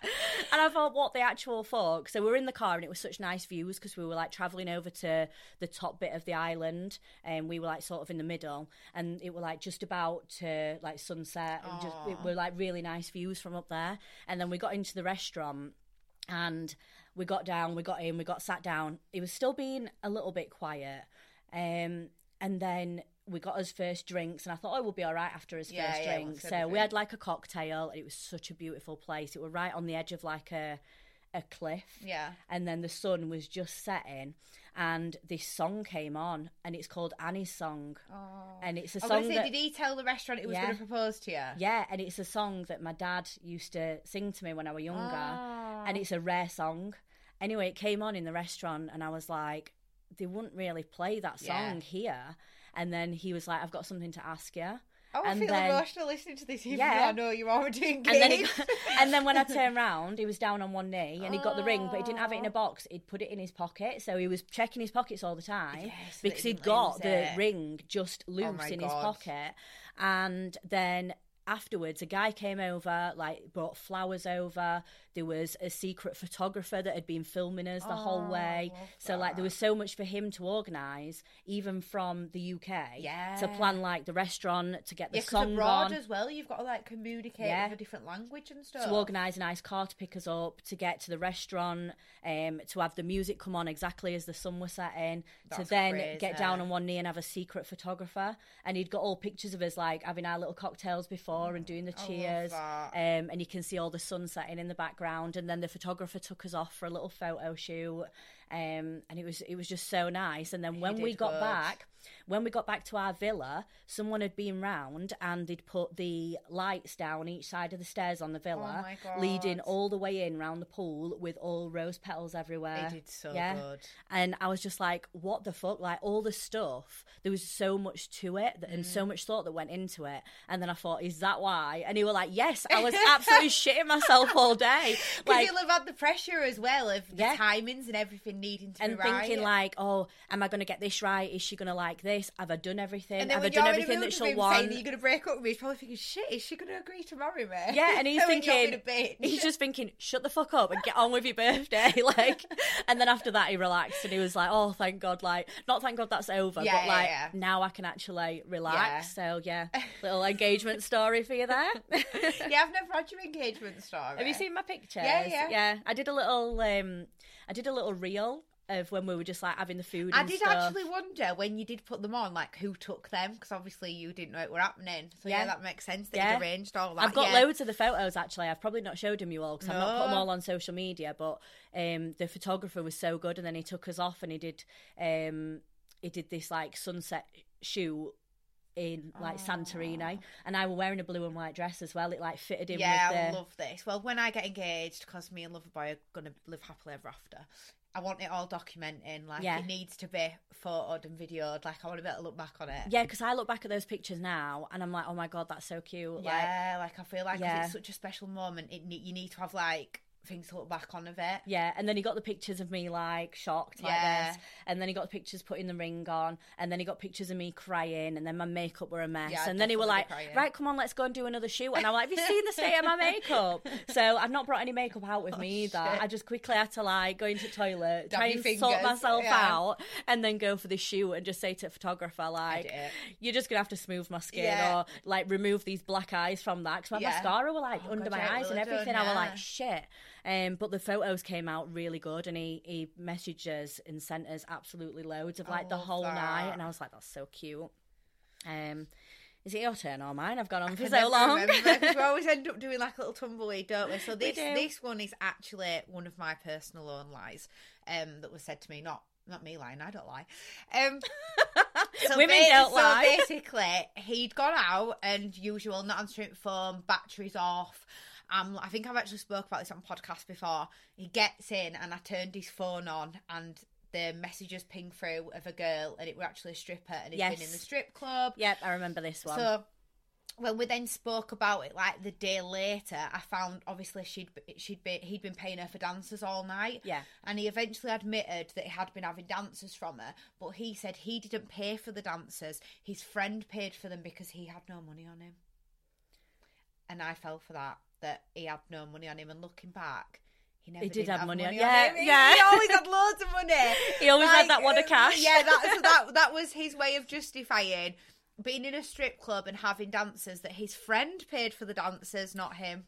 Speaker 2: And I thought, what the actual fuck? So we were in the car, and it was such nice views because we were like traveling over to the top bit of the island, and we were like sort of in the middle, and it were like just about to like sunset, and just it were like really nice views from up there. And then we got into the restaurant and we got down, we got in, we got sat down. It was still being a little bit quiet. Um, and then we got his first drinks, and I thought, oh, we'll be all right after his
Speaker 1: Yeah,
Speaker 2: first
Speaker 1: yeah,
Speaker 2: drink.
Speaker 1: once
Speaker 2: So we
Speaker 1: everything.
Speaker 2: had like a cocktail, and it was such a beautiful place. It were right on the edge of like a a cliff,
Speaker 1: Yeah.
Speaker 2: and then the sun was just setting, and this song came on, and it's called Annie's Song,
Speaker 1: Oh.
Speaker 2: and it's a
Speaker 1: I was
Speaker 2: song
Speaker 1: going to say,
Speaker 2: that
Speaker 1: did he tell the restaurant he was
Speaker 2: Yeah.
Speaker 1: going to propose to you?
Speaker 2: yeah, and it's a song that my dad used to sing to me when I were younger,
Speaker 1: Ah.
Speaker 2: and it's a rare song. Anyway, it came on in the restaurant, and I was like, they wouldn't really play that
Speaker 1: Yeah.
Speaker 2: song here. And then he was like, I've got something to ask you.
Speaker 1: Oh, I
Speaker 2: and
Speaker 1: feel
Speaker 2: then-
Speaker 1: emotional listening to this, even
Speaker 2: Yeah.
Speaker 1: though I know you're already engaged.
Speaker 2: And then, he, and then when I turned round, he was down on one knee and he got the ring, but he didn't have it in
Speaker 1: Oh.
Speaker 2: a box. He'd put it in his pocket, so he was checking his pockets all the time
Speaker 1: Yes, that
Speaker 2: because
Speaker 1: he
Speaker 2: he'd
Speaker 1: didn't
Speaker 2: got
Speaker 1: lose
Speaker 2: the
Speaker 1: it.
Speaker 2: ring just loose
Speaker 1: Oh my
Speaker 2: in his
Speaker 1: God.
Speaker 2: pocket. And then afterwards, a guy came over, like brought flowers over. There was a secret photographer that had been filming us the whole
Speaker 1: Oh,
Speaker 2: way. So like there was so much for him to organise, even from the UK, to
Speaker 1: Yeah.
Speaker 2: plan like the restaurant to get the
Speaker 1: yeah, because
Speaker 2: song
Speaker 1: abroad
Speaker 2: on
Speaker 1: as well, you've got to like communicate
Speaker 2: Yeah.
Speaker 1: with a different language and stuff.
Speaker 2: to organise a nice car to pick us up, to get to the restaurant, um, to have the music come on exactly as the sun was setting,
Speaker 1: That's
Speaker 2: to then
Speaker 1: crazy.
Speaker 2: get down on one knee and have a secret photographer. And he'd got all pictures of us like having our little cocktails before and doing the
Speaker 1: love
Speaker 2: cheers.
Speaker 1: that.
Speaker 2: Um, and you can see all the sun setting in the background. And then the photographer took us off for a little photo shoot. Um, and it was it was just so nice. And then when we
Speaker 1: did
Speaker 2: got
Speaker 1: good.
Speaker 2: back, when we got back to our villa, someone had been round and they'd put the lights down each side of the stairs on the villa,
Speaker 1: Oh my God.
Speaker 2: leading all the way in round the pool with all rose petals everywhere.
Speaker 1: They did so good.
Speaker 2: And I was just like, what the fuck? Like, all the stuff, there was so much to it that, and so
Speaker 1: Mm.
Speaker 2: much thought that went into it. And then I thought, is that why? And he were like, yes, I was absolutely shitting myself all day.
Speaker 1: Because
Speaker 2: Like,
Speaker 1: you'll have had the pressure as well of the
Speaker 2: Yeah.
Speaker 1: timings and everything needing to
Speaker 2: and
Speaker 1: be right.
Speaker 2: thinking like, oh, am I going to get this right? Is she going to like this? Have I done everything?
Speaker 1: and then
Speaker 2: Have I
Speaker 1: when
Speaker 2: done
Speaker 1: you're in a
Speaker 2: everything
Speaker 1: mood
Speaker 2: that
Speaker 1: with
Speaker 2: she'll
Speaker 1: him
Speaker 2: want?
Speaker 1: saying that you're going to break up with me, he's probably thinking, shit, is she going to agree to marry me?
Speaker 2: Yeah, and he's
Speaker 1: When you're being
Speaker 2: thinking,
Speaker 1: a bitch.
Speaker 2: he's just thinking, shut the fuck up and get on with your birthday. Like, and then after that, he relaxed and he was like, oh, thank God, like, not thank God that's over,
Speaker 1: Yeah,
Speaker 2: but
Speaker 1: yeah,
Speaker 2: like,
Speaker 1: yeah.
Speaker 2: now I can actually relax. So, yeah, little engagement story for you there.
Speaker 1: yeah, I've never had your engagement story.
Speaker 2: Have you seen my pictures?
Speaker 1: yeah.
Speaker 2: Yeah, I did a little, um, I did a little reel of when we were just like having the food.
Speaker 1: I
Speaker 2: and
Speaker 1: did
Speaker 2: stuff.
Speaker 1: actually wonder when you did put them on, like who took them, because obviously you didn't know it were happening. So yeah,
Speaker 2: Yeah.
Speaker 1: that makes sense. That
Speaker 2: Yeah.
Speaker 1: you'd arranged all that.
Speaker 2: I've got
Speaker 1: yeah.
Speaker 2: loads of the photos actually. I've probably not showed them you all because I've not put them
Speaker 1: No.
Speaker 2: all on social media. But um, the photographer was so good, and then he took us off and he did um, he did this like sunset shoot in like Santorini, and I were wearing a blue and white dress as well. It like fitted in
Speaker 1: Yeah, I
Speaker 2: with the
Speaker 1: love this. Well, when I get engaged, because me and Loverboy are gonna live happily ever after. I want it all documenting. Like
Speaker 2: Yeah.
Speaker 1: it needs to be photoed and videoed. Like I want to be able to look back on it.
Speaker 2: yeah. Because I look back at those pictures now, and I'm like, oh my god, that's so cute. Like,
Speaker 1: Yeah, like, I feel like 'cause
Speaker 2: Yeah.
Speaker 1: it's such a special moment. It ne- you need to have like things to look back on of it.
Speaker 2: Yeah, and then he got the pictures of me like shocked like
Speaker 1: Yeah.
Speaker 2: this, and then he got the pictures putting the ring on, and then he got pictures of me crying, and then my makeup were a mess,
Speaker 1: Yeah, I'd
Speaker 2: and then he were
Speaker 1: definitely
Speaker 2: like,
Speaker 1: be crying.
Speaker 2: "Right, come on, let's go and do another shoot," and I'm like, "Have you seen the state of my makeup?" So I've not brought any makeup out with me either. I just quickly had to like go into the toilet,
Speaker 1: Oh, Dab
Speaker 2: try
Speaker 1: your
Speaker 2: and
Speaker 1: fingers,
Speaker 2: sort myself
Speaker 1: yeah.
Speaker 2: out, and then go for the shoot and just say to the photographer like,
Speaker 1: did it.
Speaker 2: "You're just gonna have to smooth my skin
Speaker 1: Yeah.
Speaker 2: or like remove these black eyes from that because my
Speaker 1: Yeah.
Speaker 2: mascara were like
Speaker 1: Oh,
Speaker 2: under
Speaker 1: God,
Speaker 2: my
Speaker 1: yeah, it
Speaker 2: eyes
Speaker 1: will
Speaker 2: and
Speaker 1: have done,
Speaker 2: everything." I were
Speaker 1: yeah.
Speaker 2: like, shit. Um, but the photos came out really good, and he he messaged us and sent us absolutely loads of
Speaker 1: I
Speaker 2: like the
Speaker 1: love
Speaker 2: whole
Speaker 1: that.
Speaker 2: night, and I was like, that's so cute. Um, is it your turn or mine? I've gone on
Speaker 1: I
Speaker 2: for
Speaker 1: never
Speaker 2: so long.
Speaker 1: remember, 'cause we always end up doing like a little tumbleweed, don't we? So
Speaker 2: We
Speaker 1: this
Speaker 2: do.
Speaker 1: this one is actually one of my personal own lies um, that was said to me. Not not me lying. I don't lie. Um, so
Speaker 2: Women
Speaker 1: ba-
Speaker 2: don't
Speaker 1: so
Speaker 2: lie.
Speaker 1: Basically, he'd gone out and usual, not answering phone, batteries off. Um, I think I've actually spoke about this on podcast before. He gets in and I turned his phone on and. The messages ping through of a girl, and it were actually a stripper, and he'd been in
Speaker 2: Yes.
Speaker 1: the strip club.
Speaker 2: yep, I remember this one.
Speaker 1: So when we then spoke about it, like the day later, I found obviously she'd b- she'd been he'd been paying her for dances all night.
Speaker 2: Yeah.
Speaker 1: and he eventually admitted that he had been having dances from her, but he said he didn't pay for the dances. His friend paid for them because he had no money on him. And I fell for that that he had no money on him. And looking back. He, never
Speaker 2: did have money on-
Speaker 1: on,
Speaker 2: yeah,
Speaker 1: him. He-
Speaker 2: yeah.
Speaker 1: He always had loads of money.
Speaker 2: He always had that wad of
Speaker 1: um,
Speaker 2: cash.
Speaker 1: Yeah, that's that that was his way of justifying being in a strip club and having dancers that his friend paid for the dancers, not him.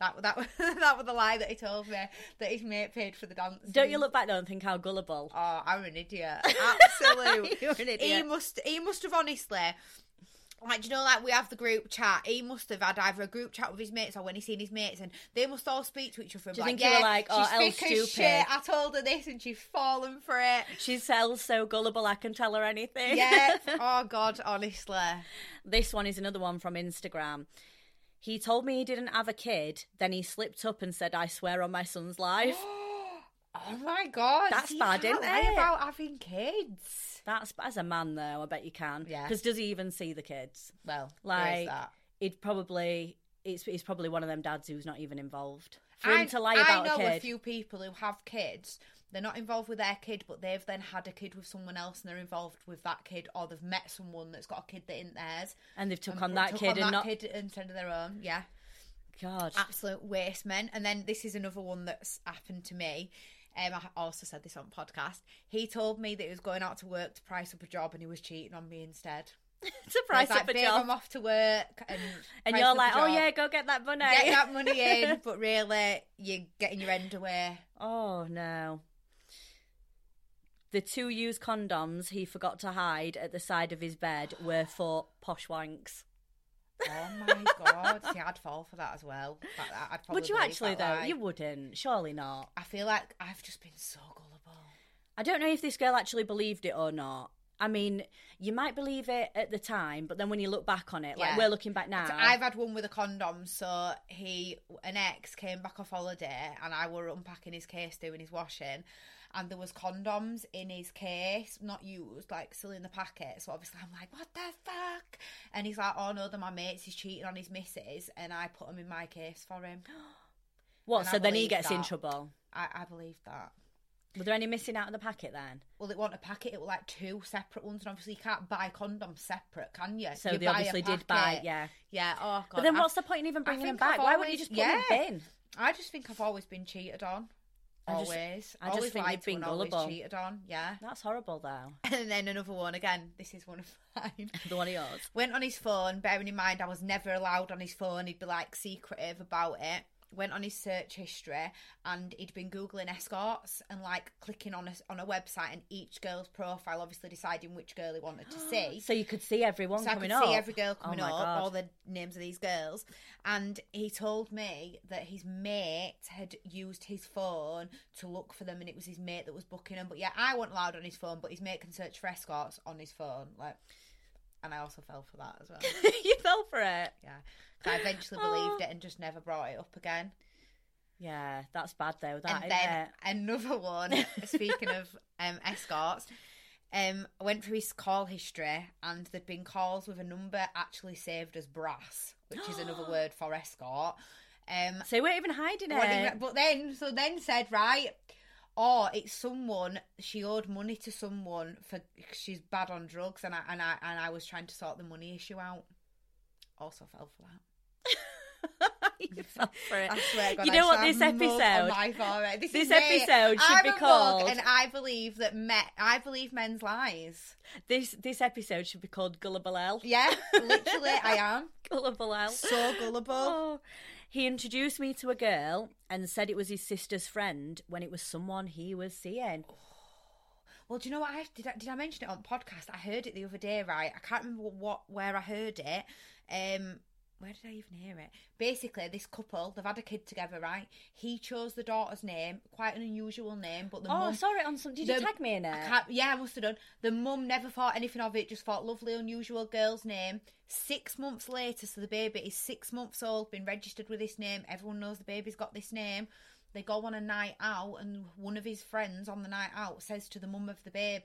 Speaker 1: That that that was the lie that he told me that his mate paid for the dancers.
Speaker 2: Don't you look back though and think how gullible?
Speaker 1: Oh, I'm an idiot. Absolute.
Speaker 2: You're an
Speaker 1: He
Speaker 2: idiot.
Speaker 1: must. He must have honestly. Like, do you know, like we have the group chat. He must have had either a group chat with his mates or when he's seen his mates, and they must all speak to each other. and
Speaker 2: Do you
Speaker 1: be
Speaker 2: think you were like, "Oh,
Speaker 1: she's
Speaker 2: Elle's
Speaker 1: thick as
Speaker 2: stupid."
Speaker 1: Shit. I told her this, and she's fallen for it.
Speaker 2: She sells so gullible I can tell her anything.
Speaker 1: Yeah. oh God, honestly.
Speaker 2: This one is another one from Instagram. He told me he didn't have a kid, then he slipped up and said, I swear on my son's life.
Speaker 1: Oh my God.
Speaker 2: That's
Speaker 1: you
Speaker 2: bad,
Speaker 1: can't
Speaker 2: isn't
Speaker 1: lie
Speaker 2: it?
Speaker 1: About having kids.
Speaker 2: That's as a man, though, I bet you can.
Speaker 1: Yeah.
Speaker 2: Because does he even see the kids?
Speaker 1: Well,
Speaker 2: Like, it probably, it's, it's probably one of them dads who's not even involved. For him to lie
Speaker 1: I
Speaker 2: about
Speaker 1: know
Speaker 2: a kid.
Speaker 1: few people who have kids. They're not involved with their kid, but they've then had a kid with someone else, and they're involved with that kid, or they've met someone that's got a kid that isn't theirs.
Speaker 2: and they've took
Speaker 1: and
Speaker 2: on that
Speaker 1: took
Speaker 2: kid and
Speaker 1: that
Speaker 2: not.
Speaker 1: kid instead of their own. Yeah,
Speaker 2: God.
Speaker 1: absolute waste men. And then this is another one that's happened to me. Um, I also said this on podcast. He told me that he was going out to work to price up a job, and he was cheating on me instead. I
Speaker 2: Surprise
Speaker 1: was like,
Speaker 2: up a
Speaker 1: "Babe,
Speaker 2: job.
Speaker 1: I'm off to work, and
Speaker 2: And
Speaker 1: price
Speaker 2: you're
Speaker 1: up a
Speaker 2: like, oh
Speaker 1: job.
Speaker 2: yeah, go get that money.
Speaker 1: get that money in, but really, you're getting your end away.
Speaker 2: Oh no. The two used condoms he forgot to hide at the side of his bed were for posh wanks.
Speaker 1: Oh my god! See, I'd fall for that as well. Like that, I'd probably
Speaker 2: Would you
Speaker 1: believe
Speaker 2: actually
Speaker 1: that
Speaker 2: though?
Speaker 1: lie.
Speaker 2: You wouldn't. Surely not.
Speaker 1: I feel like I've just been so gullible.
Speaker 2: I don't know if this girl actually believed it or not. I mean, you might believe it at the time, but then when you look back on it, like
Speaker 1: Yeah.
Speaker 2: we're looking back now.
Speaker 1: So I've had one with a condom. So he, an ex, came back off holiday, and I were unpacking his case, doing his washing, and there was condoms in his case, not used, like still in the packet. So obviously, I'm like, what the fuck? And he's like, oh no, they're my mates. He's cheating on his missus, and I put them in my case for him.
Speaker 2: what?
Speaker 1: and I
Speaker 2: So then he
Speaker 1: believe
Speaker 2: gets in
Speaker 1: that.
Speaker 2: trouble.
Speaker 1: I, I believe that.
Speaker 2: Were there any missing out of the packet then?
Speaker 1: Well, it wasn't a packet. It were like two separate ones, and obviously you can't buy condoms separate, can you?
Speaker 2: So
Speaker 1: You
Speaker 2: they
Speaker 1: buy a
Speaker 2: obviously did
Speaker 1: packet.
Speaker 2: buy, yeah.
Speaker 1: yeah. Oh god.
Speaker 2: but then
Speaker 1: I-
Speaker 2: what's the point in even bringing them
Speaker 1: think I've
Speaker 2: back? Why wouldn't you
Speaker 1: always-
Speaker 2: just put them
Speaker 1: yeah.
Speaker 2: in?
Speaker 1: I just think I've always been cheated on.
Speaker 2: I just-
Speaker 1: Always.
Speaker 2: I just
Speaker 1: always
Speaker 2: think
Speaker 1: lied
Speaker 2: you've
Speaker 1: to
Speaker 2: been
Speaker 1: and always
Speaker 2: gullible.
Speaker 1: cheated on. Yeah.
Speaker 2: That's horrible though.
Speaker 1: And then another one again. This is one of mine.
Speaker 2: The one of yours.
Speaker 1: Went on his phone, bearing in mind I was never allowed on his phone. He'd be like secretive about it. Went on his search history and he'd been googling escorts and like clicking on a, on a website and each girl's profile, obviously deciding which girl he wanted to see.
Speaker 2: So you could see everyone
Speaker 1: So I
Speaker 2: coming
Speaker 1: could
Speaker 2: up.
Speaker 1: see every girl coming
Speaker 2: oh my
Speaker 1: up,
Speaker 2: God.
Speaker 1: all the names of these girls. And he told me that his mate had used his phone to look for them, and it was his mate that was booking them. But yeah, I wasn't allowed on his phone, but his mate can search for escorts on his phone. Like, and I also fell for that as well.
Speaker 2: you fell for it.
Speaker 1: Yeah, 'Cause I eventually
Speaker 2: Oh.
Speaker 1: believed it and just never brought it up again.
Speaker 2: Yeah, that's bad though. That
Speaker 1: and
Speaker 2: isn't
Speaker 1: then
Speaker 2: it?
Speaker 1: another one. speaking of um, escorts, um, I went through his call history, and there'd been calls with a number actually saved as brass, which is another word for escort. Um,
Speaker 2: So you weren't even hiding it.
Speaker 1: when he re- but then, so then said right. Or it's someone she owed money to someone for she's bad on drugs and I and I and I was trying to sort the money issue out. Also fell for that.
Speaker 2: you fell for it.
Speaker 1: I swear, to God,
Speaker 2: you
Speaker 1: I
Speaker 2: know what?
Speaker 1: shall
Speaker 2: This
Speaker 1: have mud on
Speaker 2: episode.
Speaker 1: my forehead. This,
Speaker 2: this
Speaker 1: is me.
Speaker 2: episode should
Speaker 1: I'm
Speaker 2: be
Speaker 1: a mug
Speaker 2: called-
Speaker 1: And I believe that men. I believe men's lies.
Speaker 2: This this episode should be called Gullible L.
Speaker 1: Yeah, literally, I am
Speaker 2: Gullible L.
Speaker 1: so gullible.
Speaker 2: Oh. He introduced me to a girl and said it was his sister's friend when it was someone he was seeing.
Speaker 1: Well, do you know what I did? I, did I mention it on the podcast? I heard it the other day, right? I can't remember what where I heard it. Um, where did I even hear it? Basically, this couple they've had a kid together, right? He chose the daughter's name, quite an unusual name, but the
Speaker 2: oh,
Speaker 1: mum.
Speaker 2: I saw it on some. Did you
Speaker 1: the-
Speaker 2: tag me in
Speaker 1: I
Speaker 2: it?
Speaker 1: can't- yeah, I must have done. The mum never thought anything of it, just thought lovely, unusual girl's name. Six months later, so the baby is six months old, been registered with this name. Everyone knows the baby's got this name. They go on a night out, and one of his friends on the night out says to the mum of the baby,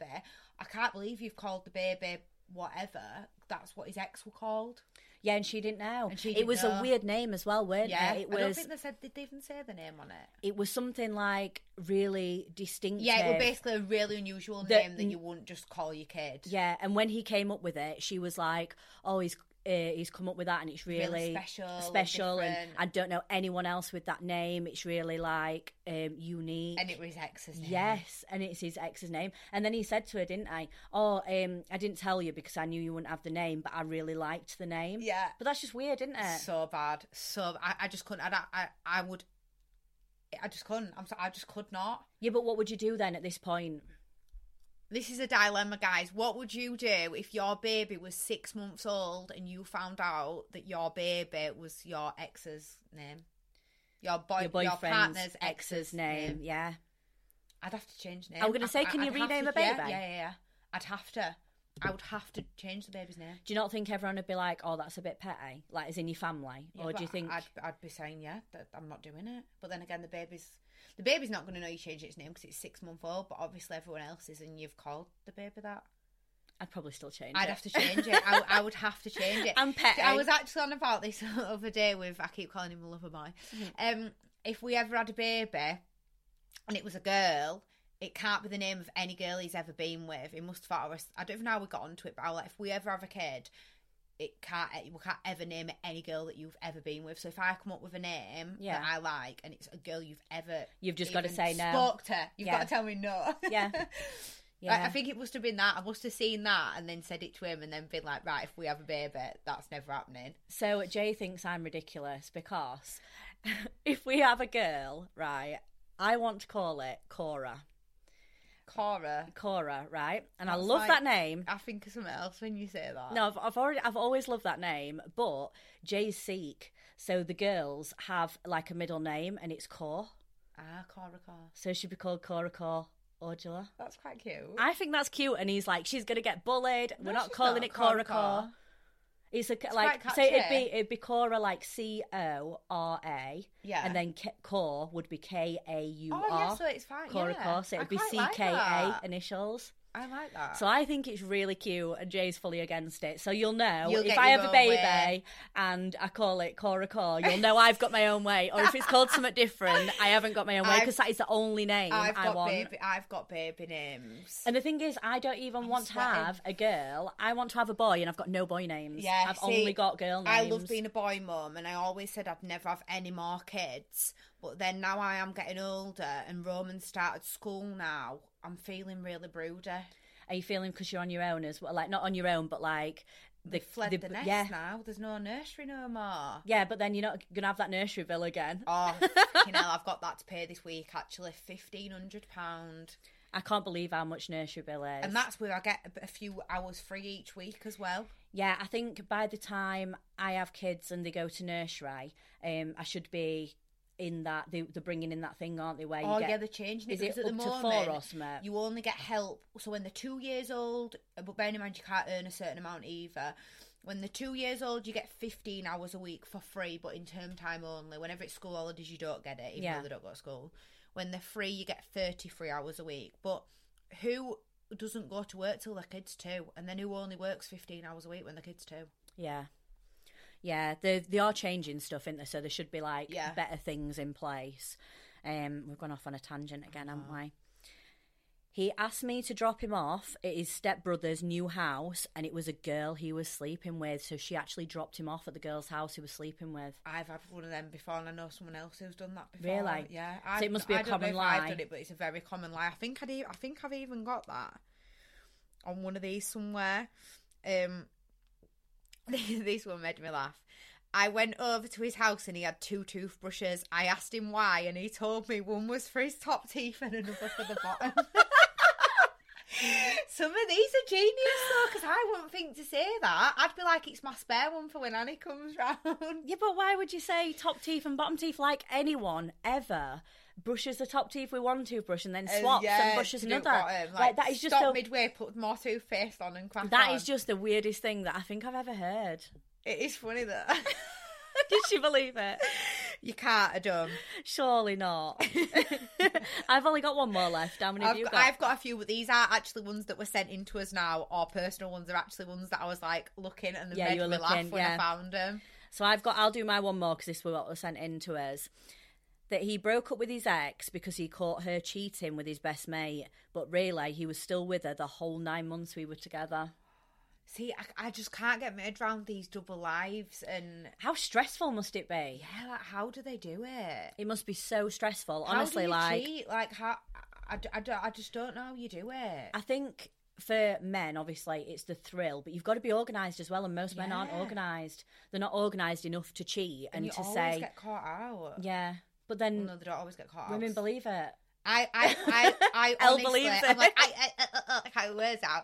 Speaker 1: I can't believe you've called the baby whatever. That's what his ex were called.
Speaker 2: Yeah, and she didn't know.
Speaker 1: And she
Speaker 2: it
Speaker 1: didn't
Speaker 2: was
Speaker 1: know.
Speaker 2: a weird name as well, weren't
Speaker 1: Yeah,
Speaker 2: it? It
Speaker 1: I don't
Speaker 2: was.
Speaker 1: think they said, did they even say the name on it?
Speaker 2: It was something like really distinctive.
Speaker 1: Yeah, it was basically a really unusual
Speaker 2: The-
Speaker 1: name that you wouldn't just call your kid.
Speaker 2: Yeah, and when he came up with it, she was like, "Oh, he's uh, he's come up with that, and it's really,
Speaker 1: special and
Speaker 2: special, and,
Speaker 1: different.
Speaker 2: I don't know anyone else with that name. It's really like um, unique."
Speaker 1: And it was his ex's name.
Speaker 2: Yes, and it's his ex's name. And then he said to her, didn't I? Oh, um, I didn't tell you because I knew you wouldn't have the name, but I really liked the name.
Speaker 1: Yeah.
Speaker 2: But that's just weird, isn't it?
Speaker 1: so bad. So I, I just couldn't. I, I I would. I just couldn't. I'm. So, I just could not.
Speaker 2: yeah, but what would you do then at this point?
Speaker 1: This is a dilemma, guys. What would you do if your baby was six months old and you found out that your baby was your ex's name, your boy,
Speaker 2: Your
Speaker 1: your,
Speaker 2: boyfriend's
Speaker 1: partner's
Speaker 2: ex's, name. Yeah.
Speaker 1: I'd have to change name.
Speaker 2: I was gonna
Speaker 1: I-
Speaker 2: say,
Speaker 1: I-
Speaker 2: can you
Speaker 1: I'd have
Speaker 2: rename
Speaker 1: to-
Speaker 2: a
Speaker 1: yeah,
Speaker 2: baby?
Speaker 1: Yeah, yeah, yeah. I'd have to. I would have to change the baby's name.
Speaker 2: Do you not think everyone would be like, oh, that's a bit petty? Like, as in your family?
Speaker 1: Yeah,
Speaker 2: or
Speaker 1: but
Speaker 2: do you think.
Speaker 1: I'd, I'd be saying yeah that I'm not doing it? But then again, the baby's the baby's not going to know you changed its name because it's six month old. But obviously, everyone else is, and you've called the baby that.
Speaker 2: I'd probably still change
Speaker 1: I'd
Speaker 2: it.
Speaker 1: have to change it. I, I would have to change it.
Speaker 2: I'm petty.
Speaker 1: I was actually on about this the other day with I keep calling him a lover boy.
Speaker 2: Mm-hmm.
Speaker 1: Um, if we ever had a baby, and it was a girl. It can't be the name of any girl he's ever been with. He must have thought, I was- I don't even know how we got onto it, but I was like, if we ever have a kid, it can't we can't ever name it any girl that you've ever been with. So if I come up with a name
Speaker 2: Yeah.
Speaker 1: that I like and it's a girl you've ever
Speaker 2: You've just gotta
Speaker 1: even
Speaker 2: say no.
Speaker 1: spoke to, you've
Speaker 2: Yeah.
Speaker 1: got to tell me no.
Speaker 2: Yeah.
Speaker 1: Like,
Speaker 2: Yeah.
Speaker 1: I think it must have been that. I must have seen that and then said it to him and then been like, right, if we have a baby, that's never happening.
Speaker 2: So Jay thinks I'm ridiculous because if we have a girl, right, I want to call it Cora.
Speaker 1: Cora,
Speaker 2: Cora, right? And I
Speaker 1: That's
Speaker 2: love
Speaker 1: like-
Speaker 2: that name.
Speaker 1: I think of something else when you say that.
Speaker 2: No, I've, I've already, I've always loved that name, but Jay's Sikh, so the girls have like a middle name, and it's Cor.
Speaker 1: Ah, Cora, Cora.
Speaker 2: So she'd be called Cora Cor Ordula.
Speaker 1: That's quite cute.
Speaker 2: I think that's cute, and he's like, she's gonna get bullied. We're
Speaker 1: No,
Speaker 2: not
Speaker 1: she's
Speaker 2: calling
Speaker 1: not.
Speaker 2: it
Speaker 1: Cora
Speaker 2: Cora Cor.
Speaker 1: Cor.
Speaker 2: It's a like
Speaker 1: quite
Speaker 2: so it'd
Speaker 1: catchy.
Speaker 2: be it'd be Cora like C O R A,
Speaker 1: Yeah.
Speaker 2: and then K- Cor would be K A U
Speaker 1: Oh, yeah,
Speaker 2: R.
Speaker 1: so it's fine.
Speaker 2: Cora
Speaker 1: yeah.
Speaker 2: Cor, so it'd
Speaker 1: I
Speaker 2: be
Speaker 1: quite
Speaker 2: C
Speaker 1: like
Speaker 2: K A
Speaker 1: that. Uh.
Speaker 2: initials.
Speaker 1: I like that.
Speaker 2: So I think it's really cute, and Jay's fully against it. So you'll know
Speaker 1: You'll
Speaker 2: if
Speaker 1: get
Speaker 2: I
Speaker 1: your
Speaker 2: have a
Speaker 1: own
Speaker 2: baby
Speaker 1: way.
Speaker 2: and I call it Cora Cor, you'll know I've got my own way. Or if it's called something different, I haven't got my own way
Speaker 1: I've-
Speaker 2: because that is the only name i
Speaker 1: I've got
Speaker 2: want.
Speaker 1: baby. I've got baby names.
Speaker 2: And the thing is, I don't even want
Speaker 1: sweating.
Speaker 2: to have a girl. I want to have a boy, and I've got no boy names.
Speaker 1: Yeah,
Speaker 2: I've
Speaker 1: see,
Speaker 2: only got girl names.
Speaker 1: I love being a boy mum, and I always said I'd never have any more kids. But then now I am getting older, and Roman started school now. I'm feeling really broody.
Speaker 2: Are you feeling because you're on your own as well? Like not on your own, but like the
Speaker 1: They fled
Speaker 2: the-
Speaker 1: the, nest
Speaker 2: Yeah,
Speaker 1: now. There's no nursery no more.
Speaker 2: yeah. But then you're not gonna have that nursery bill again.
Speaker 1: Oh, fucking hell, I've got that to pay this week, actually. £1,500.
Speaker 2: I can't believe how much nursery bill is.
Speaker 1: And that's where I get a- a few hours free each week as well.
Speaker 2: Yeah, I think by the time I have kids and they go to nursery, um, I should be in that. They, they're bringing in that thing, aren't they? Where you
Speaker 1: Oh
Speaker 2: get
Speaker 1: yeah, they're changing it
Speaker 2: is
Speaker 1: because
Speaker 2: it
Speaker 1: at the
Speaker 2: up to four
Speaker 1: moment
Speaker 2: or something?
Speaker 1: you only get help. So when they're two years old, uh, but bearing in mind you can't earn a certain amount either. When they're two years old, you get fifteen hours a week for free, but in term time only. Whenever it's school holidays, you don't get it, even
Speaker 2: Yeah.
Speaker 1: though they don't go to school. When they're free, you get thirty-three hours a week. But who doesn't go to work till their kids two, and then who only works fifteen hours a week when their kids two?
Speaker 2: yeah, yeah. They they are changing stuff, isn't they? So there should be like
Speaker 1: Yeah.
Speaker 2: better things in place. Um, we've gone off on a tangent again, haven't
Speaker 1: Uh-huh.
Speaker 2: we? He asked me to drop him off at his stepbrother's new house, and it was a girl he was sleeping with. So she actually dropped him off at the girl's house he was sleeping with.
Speaker 1: I've had one of them before, and I know someone else who's done that before.
Speaker 2: Really?
Speaker 1: Yeah.
Speaker 2: So it must be
Speaker 1: a
Speaker 2: a common lie.
Speaker 1: I've done it, but it's a very common lie. I think I'd, e- I think I've even got that on one of these somewhere. Um, this one made me laugh. I went over to his house and he had two toothbrushes. I asked him why, and he told me one was for his top teeth and another for the bottom. Some of these are genius though, because I wouldn't think to say that. I'd be like, it's my spare one for when Annie comes round.
Speaker 2: Yeah, but why would you say top teeth and bottom teeth like anyone ever brushes the top teeth with one toothbrush and then
Speaker 1: And
Speaker 2: swaps
Speaker 1: Oh, yeah,
Speaker 2: and brushes
Speaker 1: to do
Speaker 2: another?
Speaker 1: bottom,
Speaker 2: like, that is just
Speaker 1: stop
Speaker 2: the,
Speaker 1: midway, put more toothpaste on and crack
Speaker 2: that
Speaker 1: on.
Speaker 2: is just the weirdest thing that I think I've ever heard.
Speaker 1: It is funny that
Speaker 2: Did she believe it?
Speaker 1: you can't, I don't.
Speaker 2: Surely not. I've only got one more left. How many have
Speaker 1: I've
Speaker 2: you
Speaker 1: got,
Speaker 2: got?
Speaker 1: I've got a few, but these are actually ones that were sent in to us now, or personal ones. They're actually ones that I was like looking and they
Speaker 2: Yeah,
Speaker 1: made
Speaker 2: you were
Speaker 1: me laugh
Speaker 2: looking,
Speaker 1: when I
Speaker 2: yeah.
Speaker 1: found them.
Speaker 2: So I've got. I'll do my one more because this was what was sent in to us. That he broke up with his ex because he caught her cheating with his best mate, but really he was still with her the whole nine months we were together.
Speaker 1: See, I, I just can't get my head around these double lives, and
Speaker 2: How stressful must it be?
Speaker 1: yeah, like, how do they do it?
Speaker 2: It must be so stressful.
Speaker 1: How do
Speaker 2: Honestly,
Speaker 1: you
Speaker 2: like
Speaker 1: cheat? like how I, d- I d- I just don't know how you do it.
Speaker 2: I think for men, obviously, it's the thrill, but you've got to be organised as well. And most men aren't
Speaker 1: Yeah.
Speaker 2: organised. They're not organised enough to cheat and,
Speaker 1: you
Speaker 2: to
Speaker 1: always
Speaker 2: say,
Speaker 1: get caught out.
Speaker 2: yeah. But then
Speaker 1: No, they don't always get caught
Speaker 2: women
Speaker 1: out.
Speaker 2: believe it.
Speaker 1: I, I, I, I
Speaker 2: Elle
Speaker 1: honestly,
Speaker 2: believes
Speaker 1: I'm
Speaker 2: it.
Speaker 1: like, I, I, I, I, I can't get words out.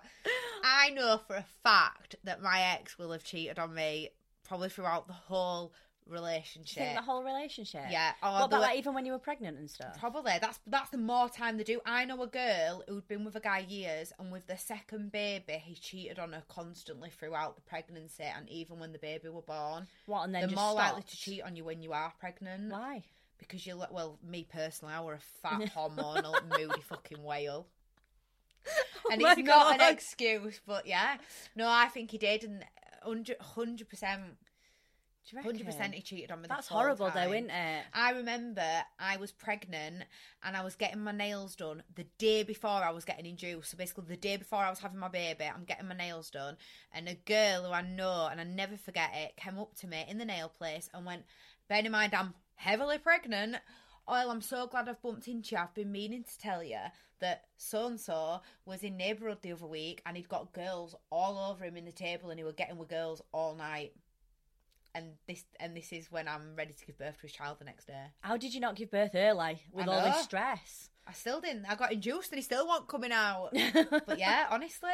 Speaker 1: I know for a fact that my ex will have cheated on me probably throughout the whole
Speaker 2: Do you
Speaker 1: relationship.
Speaker 2: think the whole relationship?
Speaker 1: yeah, or
Speaker 2: What
Speaker 1: the-
Speaker 2: about like, even when you were pregnant and stuff?
Speaker 1: Probably that's that's the more time they do. I know a girl who'd been with a guy years, and with the second baby, he cheated on her constantly throughout the pregnancy, and even when the baby were born.
Speaker 2: What and then
Speaker 1: They're
Speaker 2: just
Speaker 1: more likely
Speaker 2: stopped?
Speaker 1: to cheat on you when you are pregnant
Speaker 2: Why?
Speaker 1: because you're like, well, me personally, I were a fat hormonal moody fucking whale. And
Speaker 2: Oh my
Speaker 1: it's not
Speaker 2: God.
Speaker 1: an excuse, but yeah, no, I think he did, and hundred percent,
Speaker 2: Do you
Speaker 1: hundred percent,
Speaker 2: reckon?
Speaker 1: he cheated on me. the
Speaker 2: That's
Speaker 1: full
Speaker 2: horrible,
Speaker 1: time.
Speaker 2: though, isn't it?
Speaker 1: I remember I was pregnant and I was getting my nails done the day before I was getting induced. So basically, the day before I was having my baby, I'm getting my nails done, and a girl who I know and I never forget it came up to me in the nail place and went, "Bear in mind, I'm heavily pregnant." Oil, I'm so glad I've bumped into you. I've been meaning to tell you that so and so was in neighbourhood the other week and he'd got girls all over him in the table and he were getting with girls all night. And this and this is when I'm ready to give birth to his child the next day.
Speaker 2: How did you not give birth early with all
Speaker 1: know.
Speaker 2: this stress?
Speaker 1: I still didn't. I got induced and he still wasn't coming out.
Speaker 2: oh,
Speaker 1: but yeah, honestly.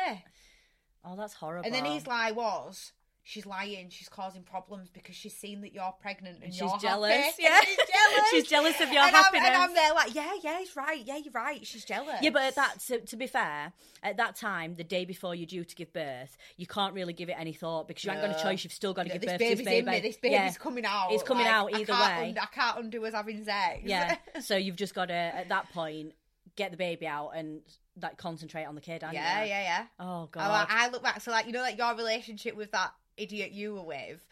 Speaker 2: that's horrible.
Speaker 1: And then his lie was she's lying, she's causing problems because she's seen that you're pregnant and,
Speaker 2: And she's
Speaker 1: you're
Speaker 2: jealous.
Speaker 1: happy.
Speaker 2: Yeah.
Speaker 1: she's jealous.
Speaker 2: She's jealous of your
Speaker 1: and
Speaker 2: happiness.
Speaker 1: I'm, and I'm there like, yeah, yeah, he's right. Yeah, you're right. She's jealous.
Speaker 2: Yeah, but at that to, to be fair, at that time, the day before you're due to give birth, you can't really give it any thought because you ain't got
Speaker 1: No.
Speaker 2: a choice. You've still got to give
Speaker 1: this
Speaker 2: birth
Speaker 1: baby's
Speaker 2: to this
Speaker 1: in me.
Speaker 2: baby.
Speaker 1: This baby's
Speaker 2: yeah.
Speaker 1: coming out.
Speaker 2: It's coming
Speaker 1: Like,
Speaker 2: out
Speaker 1: I
Speaker 2: either
Speaker 1: can't
Speaker 2: way.
Speaker 1: und- I can't undo us having sex.
Speaker 2: yeah. So you've just got to at that point get the baby out and like concentrate on the kid.
Speaker 1: yeah,
Speaker 2: aren't
Speaker 1: yeah,
Speaker 2: you?
Speaker 1: yeah.
Speaker 2: Oh
Speaker 1: I,
Speaker 2: god.
Speaker 1: I look back. So like you know, like your relationship with that idiot you were with.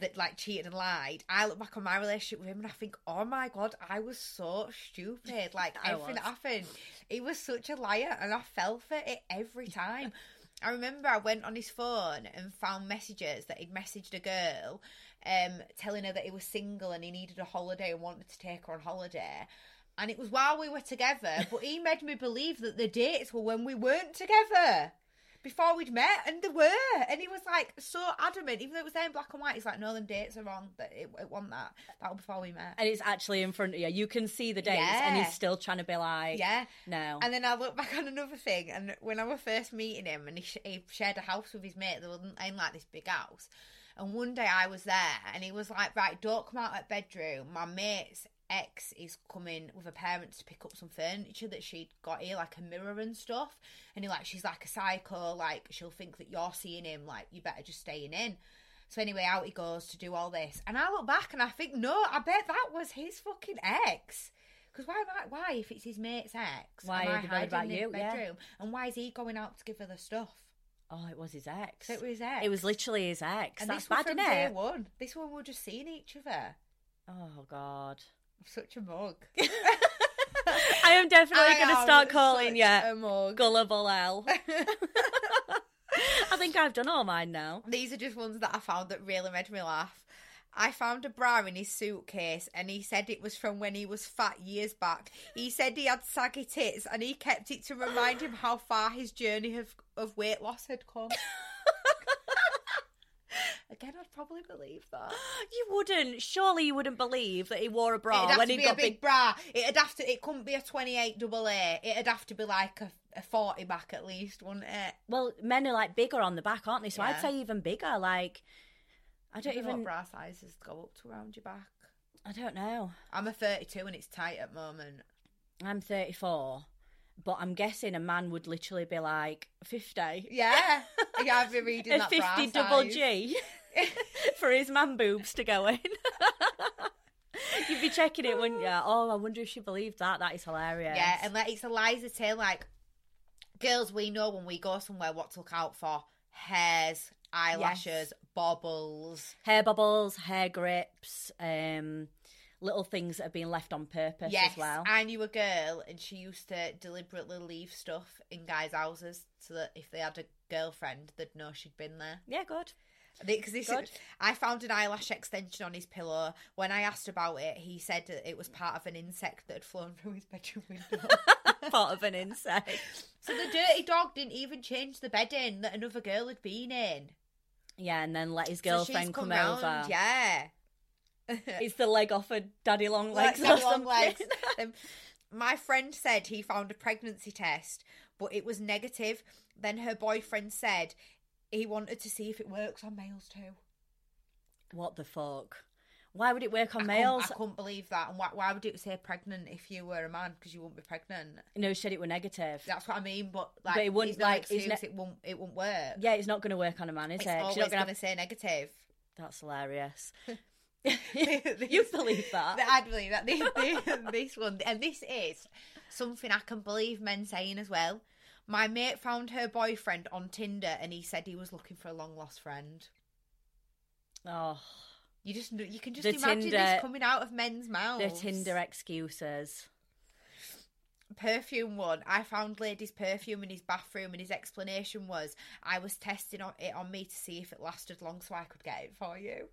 Speaker 1: That like cheated and lied. I look back on my relationship with him and I think, oh my god, I was so stupid. Like
Speaker 2: I
Speaker 1: everything that
Speaker 2: was.
Speaker 1: happened, he was such a liar, and I fell for it every time. I remember I went on his phone and found messages that he'd messaged a girl, um, telling her that he was single and he needed a holiday and wanted to take her on holiday. And it was while we were together, but he made me believe that the dates were when we weren't together. Before we'd met, and they were, and he was like so adamant, even though it was there in black and white. He's like, "No, them dates are wrong. That it, it wasn't that. That was before we met."
Speaker 2: and it's actually in front of you. You can see the dates, and
Speaker 1: Yeah.
Speaker 2: he's still trying to be like,
Speaker 1: Yeah,
Speaker 2: no.
Speaker 1: And then I look back on another thing, and when I were first meeting him, and he, sh- he shared a house with his mate, they were in like this big house. And one day I was there, and he was like, "Right, don't come out at bedroom. My mate's ex is coming with her parents to pick up some furniture that she'd got here, like a mirror and stuff. And he like, she's like a psycho. Like she'll think that you're seeing him. Like you better just staying in." So anyway, out he goes to do all this, and I look back and I think, no, I bet that was his fucking ex. Because why, am I- why, if it's his mate's ex,
Speaker 2: Why
Speaker 1: am I
Speaker 2: have you
Speaker 1: hiding
Speaker 2: bothered about
Speaker 1: in
Speaker 2: you?
Speaker 1: the
Speaker 2: Yeah.
Speaker 1: bedroom? And why is he going out to give her the stuff?
Speaker 2: oh, it was his ex.
Speaker 1: So it was his ex.
Speaker 2: It was literally his ex.
Speaker 1: and
Speaker 2: That's
Speaker 1: this was
Speaker 2: bad,
Speaker 1: from
Speaker 2: isn't
Speaker 1: day
Speaker 2: it?
Speaker 1: one. This one we were just seeing each other.
Speaker 2: Oh god.
Speaker 1: I'm such a mug.
Speaker 2: I am definitely
Speaker 1: I
Speaker 2: going to
Speaker 1: am
Speaker 2: start
Speaker 1: such
Speaker 2: calling you
Speaker 1: a mug.
Speaker 2: gullible L. I think I've done all mine now.
Speaker 1: These are just ones that I found that really made me laugh. I found a bra in his suitcase and he said it was from when he was fat years back. He said he had saggy tits and he kept it to remind him how far his journey of, of weight loss had come. Again,
Speaker 2: then I'd probably believe that. you wouldn't. Surely you wouldn't believe that he wore a bra
Speaker 1: It'd have
Speaker 2: when
Speaker 1: to
Speaker 2: he
Speaker 1: be
Speaker 2: got
Speaker 1: a big bra. It'd have to. It couldn't be a twenty-eight double A. It'd have to be like a, a forty back at least, wouldn't it?
Speaker 2: Well, men are like bigger on the back, aren't they? So I'd
Speaker 1: Yeah.
Speaker 2: say even bigger. Like, I don't
Speaker 1: I don't know what
Speaker 2: even.
Speaker 1: bra sizes go up to around your back.
Speaker 2: I don't know.
Speaker 1: I'm a 32 and it's tight at the moment.
Speaker 2: I'm 34, but I'm guessing a man would literally be like 50.
Speaker 1: Yeah, yeah, I've been reading
Speaker 2: A
Speaker 1: that
Speaker 2: 50
Speaker 1: bra
Speaker 2: double
Speaker 1: size.
Speaker 2: G for his man boobs to go in. You'd be checking it, wouldn't you? Oh, I wonder if she believed that. That is hilarious.
Speaker 1: Yeah, and like it's Eliza Taylor. Like girls, we know when we go somewhere what to look out for: hairs, eyelashes, bobbles.
Speaker 2: hair bubbles, hair grips, um, little things that have been left on purpose
Speaker 1: Yes,
Speaker 2: as well.
Speaker 1: I knew a girl, and she used to deliberately leave stuff in guys' houses so that if they had a girlfriend, they'd know she'd been there.
Speaker 2: yeah, good.
Speaker 1: Because this,
Speaker 2: Good.
Speaker 1: I found an eyelash extension on his pillow. When I asked about it, he said that it was part of an insect that had flown through his bedroom window.
Speaker 2: Part of an insect.
Speaker 1: so the dirty dog didn't even change the bedding that another girl had been in.
Speaker 2: Yeah, and then let his
Speaker 1: So she's
Speaker 2: girlfriend come,
Speaker 1: round,
Speaker 2: over.
Speaker 1: Yeah.
Speaker 2: It's the leg off of Daddy Long Legs.
Speaker 1: legs
Speaker 2: or
Speaker 1: and long
Speaker 2: something.
Speaker 1: legs. Um, my friend said he found a pregnancy test, but it was negative. Then her boyfriend said he wanted to see if it works on males too.
Speaker 2: What the fuck? Why would it work on
Speaker 1: I couldn't-
Speaker 2: males?
Speaker 1: I couldn't believe that. And why, why would it say pregnant if you were a man? Because you wouldn't be pregnant.
Speaker 2: No, said it were negative.
Speaker 1: That's what I mean. But like,
Speaker 2: But it wouldn't,
Speaker 1: it's no
Speaker 2: like, it's
Speaker 1: excuse.
Speaker 2: ne-
Speaker 1: it won't. It won't work.
Speaker 2: Yeah, it's not going to work on a man, is
Speaker 1: it's
Speaker 2: it? 'Cause
Speaker 1: always
Speaker 2: You're not
Speaker 1: going
Speaker 2: going
Speaker 1: to
Speaker 2: to have.
Speaker 1: say negative.
Speaker 2: That's hilarious. you
Speaker 1: This-
Speaker 2: believe that?
Speaker 1: I believe that. This, this, this one, and this is something I can believe men saying as well. My mate found her boyfriend on Tinder, and he said he was looking for a long lost friend.
Speaker 2: Oh,
Speaker 1: You just, kn- you can just
Speaker 2: The
Speaker 1: imagine
Speaker 2: Tinder-
Speaker 1: this coming out of men's mouths.
Speaker 2: the Tinder excuses.
Speaker 1: perfume one. I found lady's perfume in his bathroom, and his explanation was, "I was testing on, it on me to see if it lasted long, so I could get it for you."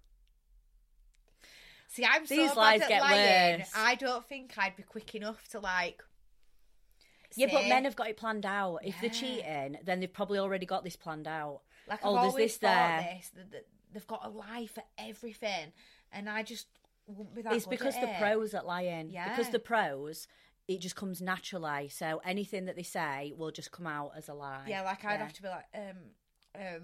Speaker 1: See, I'm
Speaker 2: These
Speaker 1: so
Speaker 2: lies
Speaker 1: bad at
Speaker 2: get
Speaker 1: lying.
Speaker 2: worse.
Speaker 1: I don't think I'd be quick enough to like.
Speaker 2: Yeah, but
Speaker 1: say-
Speaker 2: men have got it planned out. If they're
Speaker 1: Yeah.
Speaker 2: cheating, then they've probably already got this planned out.
Speaker 1: Like
Speaker 2: Oh,
Speaker 1: I've
Speaker 2: there's
Speaker 1: always
Speaker 2: this
Speaker 1: thought
Speaker 2: there.
Speaker 1: this, that, that they've got a lie for everything, and I just wouldn't be that.
Speaker 2: it's
Speaker 1: good
Speaker 2: because
Speaker 1: at
Speaker 2: the
Speaker 1: it.
Speaker 2: pros at lying. Because
Speaker 1: Yeah.
Speaker 2: the pros, it just comes naturally. So anything that they say will just come out as a lie.
Speaker 1: Yeah, like I'd
Speaker 2: Yeah.
Speaker 1: have to be like, um, um,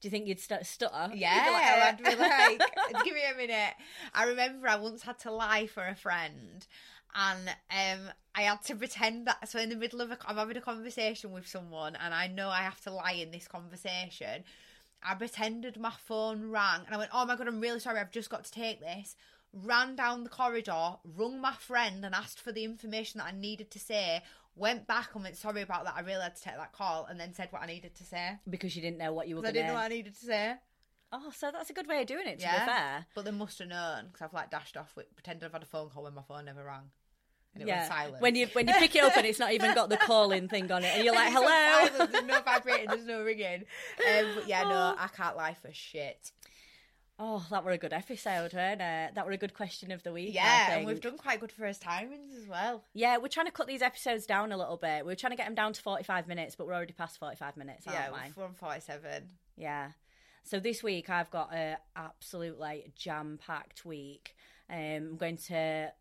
Speaker 2: Do you think you'd stu- stutter?
Speaker 1: Yeah,
Speaker 2: You'd be like,
Speaker 1: I'd be like, give me a minute. I remember I once had to lie for a friend, and um, I had to pretend that. So in the middle of a, I'm having a conversation with someone, and I know I have to lie in this conversation. I pretended my phone rang, and I went, "Oh my god, I'm really sorry. I've just got to take this." Ran down the corridor, rung my friend, and asked for the information that I needed to say. Went back and went, "Sorry about that. I really had to take that call," and then said what I needed to say.
Speaker 2: because you didn't know what you were
Speaker 1: 'Cause I
Speaker 2: going
Speaker 1: didn't know what I
Speaker 2: to.
Speaker 1: needed to say.
Speaker 2: Oh, so that's a good way of doing it. To
Speaker 1: Yeah.
Speaker 2: be fair,
Speaker 1: But they must have known because I've like dashed off with pretended I've had a phone call when my phone never rang, and it
Speaker 2: yeah.
Speaker 1: went silent.
Speaker 2: When you when you pick it up and it's not even got the calling thing on it, and you're like,
Speaker 1: It's on
Speaker 2: "Hello."
Speaker 1: silent, there's no vibrating, there's no ringing. Um, but yeah, no, I can't lie for shit.
Speaker 2: Oh, that were a good episode, weren't it? That were a good question of the week. I
Speaker 1: Yeah, and
Speaker 2: think.
Speaker 1: we've done quite good first timings as well.
Speaker 2: Yeah, we're trying to cut these episodes down a little bit. We We're trying to get them down to 45 minutes, but we're already past 45 minutes, aren't
Speaker 1: yeah,
Speaker 2: we?
Speaker 1: we're on forty-seven.
Speaker 2: Yeah. So this week I've got a absolutely jam-packed week. Um, I'm going to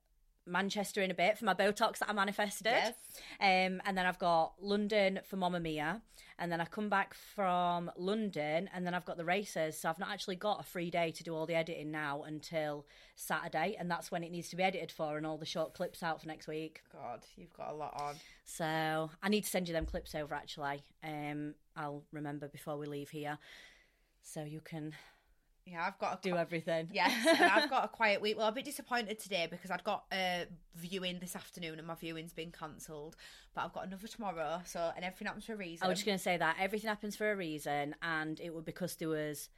Speaker 2: Manchester in a bit for my Botox that I manifested.
Speaker 1: Yes.
Speaker 2: Um, and then I've got London for Mamma Mia. And then I come back from London and then I've got the races. So I've not actually got a free day to do all the editing now until Saturday. And that's when it needs to be edited for and all the short clips out for next week.
Speaker 1: God, you've got a lot on.
Speaker 2: So I need to send you them clips over actually. Um, I'll remember before we leave here, so you can
Speaker 1: Yeah, I've got a
Speaker 2: do everything.
Speaker 1: Oh, Yes, and I've got a quiet week. Well, I'm a bit disappointed today because I'd got a viewing this afternoon and my viewing's been cancelled. But I've got another tomorrow, so and everything happens for a reason.
Speaker 2: I was just going to say that everything happens for a reason, and it was because there was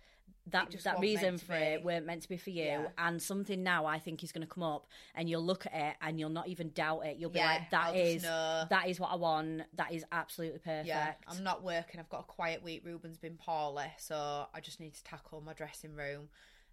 Speaker 2: that
Speaker 1: It just
Speaker 2: that
Speaker 1: wasn't
Speaker 2: reason
Speaker 1: meant to
Speaker 2: for it
Speaker 1: be.
Speaker 2: weren't meant to be for you,
Speaker 1: Yeah.
Speaker 2: and something now I think is going to come up, and you'll look at it and you'll not even doubt it. You'll be
Speaker 1: Yeah,
Speaker 2: like, "That
Speaker 1: I'll
Speaker 2: is
Speaker 1: just know."
Speaker 2: that is what I want. That is absolutely perfect."
Speaker 1: Yeah, I'm not working. I've got a quiet week. Ruben's been poorly, so I just need to tackle my dressing room.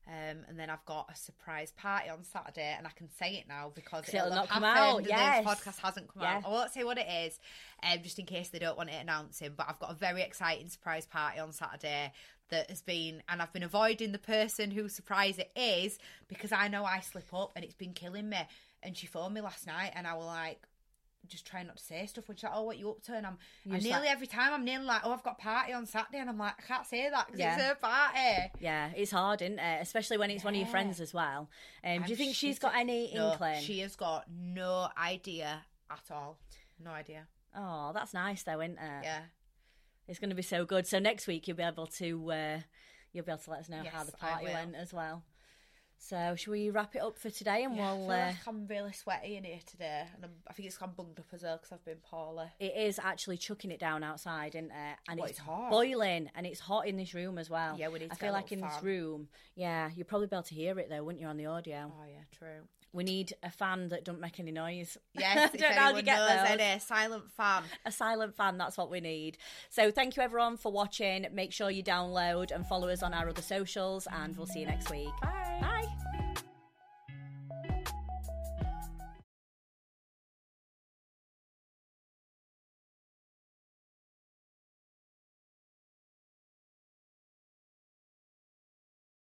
Speaker 1: Um, and then I've got a surprise party on Saturday, and I can say it now because
Speaker 2: 'Cause it'll
Speaker 1: it'll,
Speaker 2: not
Speaker 1: have
Speaker 2: come
Speaker 1: happened
Speaker 2: out,
Speaker 1: and
Speaker 2: yes.
Speaker 1: this podcast hasn't come out.
Speaker 2: Yeah.
Speaker 1: I won't say what it is, um, just in case they don't want it announcing. But I've got a very exciting surprise party on Saturday that has been, and I've been avoiding the person whose surprise it is because I know I slip up and it's been killing me. And she phoned me last night, and I was like, just trying not to say stuff. When she's like, "Oh, what you up to?" and I'm,
Speaker 2: You're
Speaker 1: I'm
Speaker 2: just
Speaker 1: nearly
Speaker 2: like-
Speaker 1: every time I'm nearly like, "Oh, I've got party on Saturday," and I'm like, "I can't say that because
Speaker 2: Yeah.
Speaker 1: it's her party."
Speaker 2: Yeah, it's hard, isn't it? Especially when it's one of your
Speaker 1: Yeah.
Speaker 2: friends as well. Um, do you
Speaker 1: I'm
Speaker 2: think she's
Speaker 1: shitting-
Speaker 2: got any
Speaker 1: No,
Speaker 2: inkling?
Speaker 1: she has got no idea at all. No idea.
Speaker 2: Oh, that's nice though, isn't it?
Speaker 1: Yeah.
Speaker 2: It's going to be so good. So next week you'll be able to uh, you'll be able to let us know how
Speaker 1: Yes,
Speaker 2: the
Speaker 1: I
Speaker 2: party
Speaker 1: will.
Speaker 2: went as well. So shall we wrap it up for today and
Speaker 1: Yeah, I feel
Speaker 2: we'll. Uh,
Speaker 1: like I'm really sweaty in here today, and I'm, I think it's gone bunged up as well because I've been poorly.
Speaker 2: it is actually chucking it down outside, isn't it? And
Speaker 1: Well,
Speaker 2: it's
Speaker 1: it's hot.
Speaker 2: boiling, and it's hot in this room as well.
Speaker 1: Yeah, we need
Speaker 2: I
Speaker 1: to get
Speaker 2: feel
Speaker 1: a
Speaker 2: like in
Speaker 1: little
Speaker 2: this
Speaker 1: fan.
Speaker 2: room, yeah, you'd probably be able to hear it though, wouldn't you, on the audio?
Speaker 1: Oh yeah, true.
Speaker 2: We need a fan that don't make any noise.
Speaker 1: Yes,
Speaker 2: Don't
Speaker 1: if
Speaker 2: know how
Speaker 1: anyone
Speaker 2: to get
Speaker 1: knows
Speaker 2: those.
Speaker 1: any silent fan.
Speaker 2: a silent fan that's what we need so thank you everyone for watching make sure you download and follow us on our other socials and we'll see you next week
Speaker 1: Bye.
Speaker 2: bye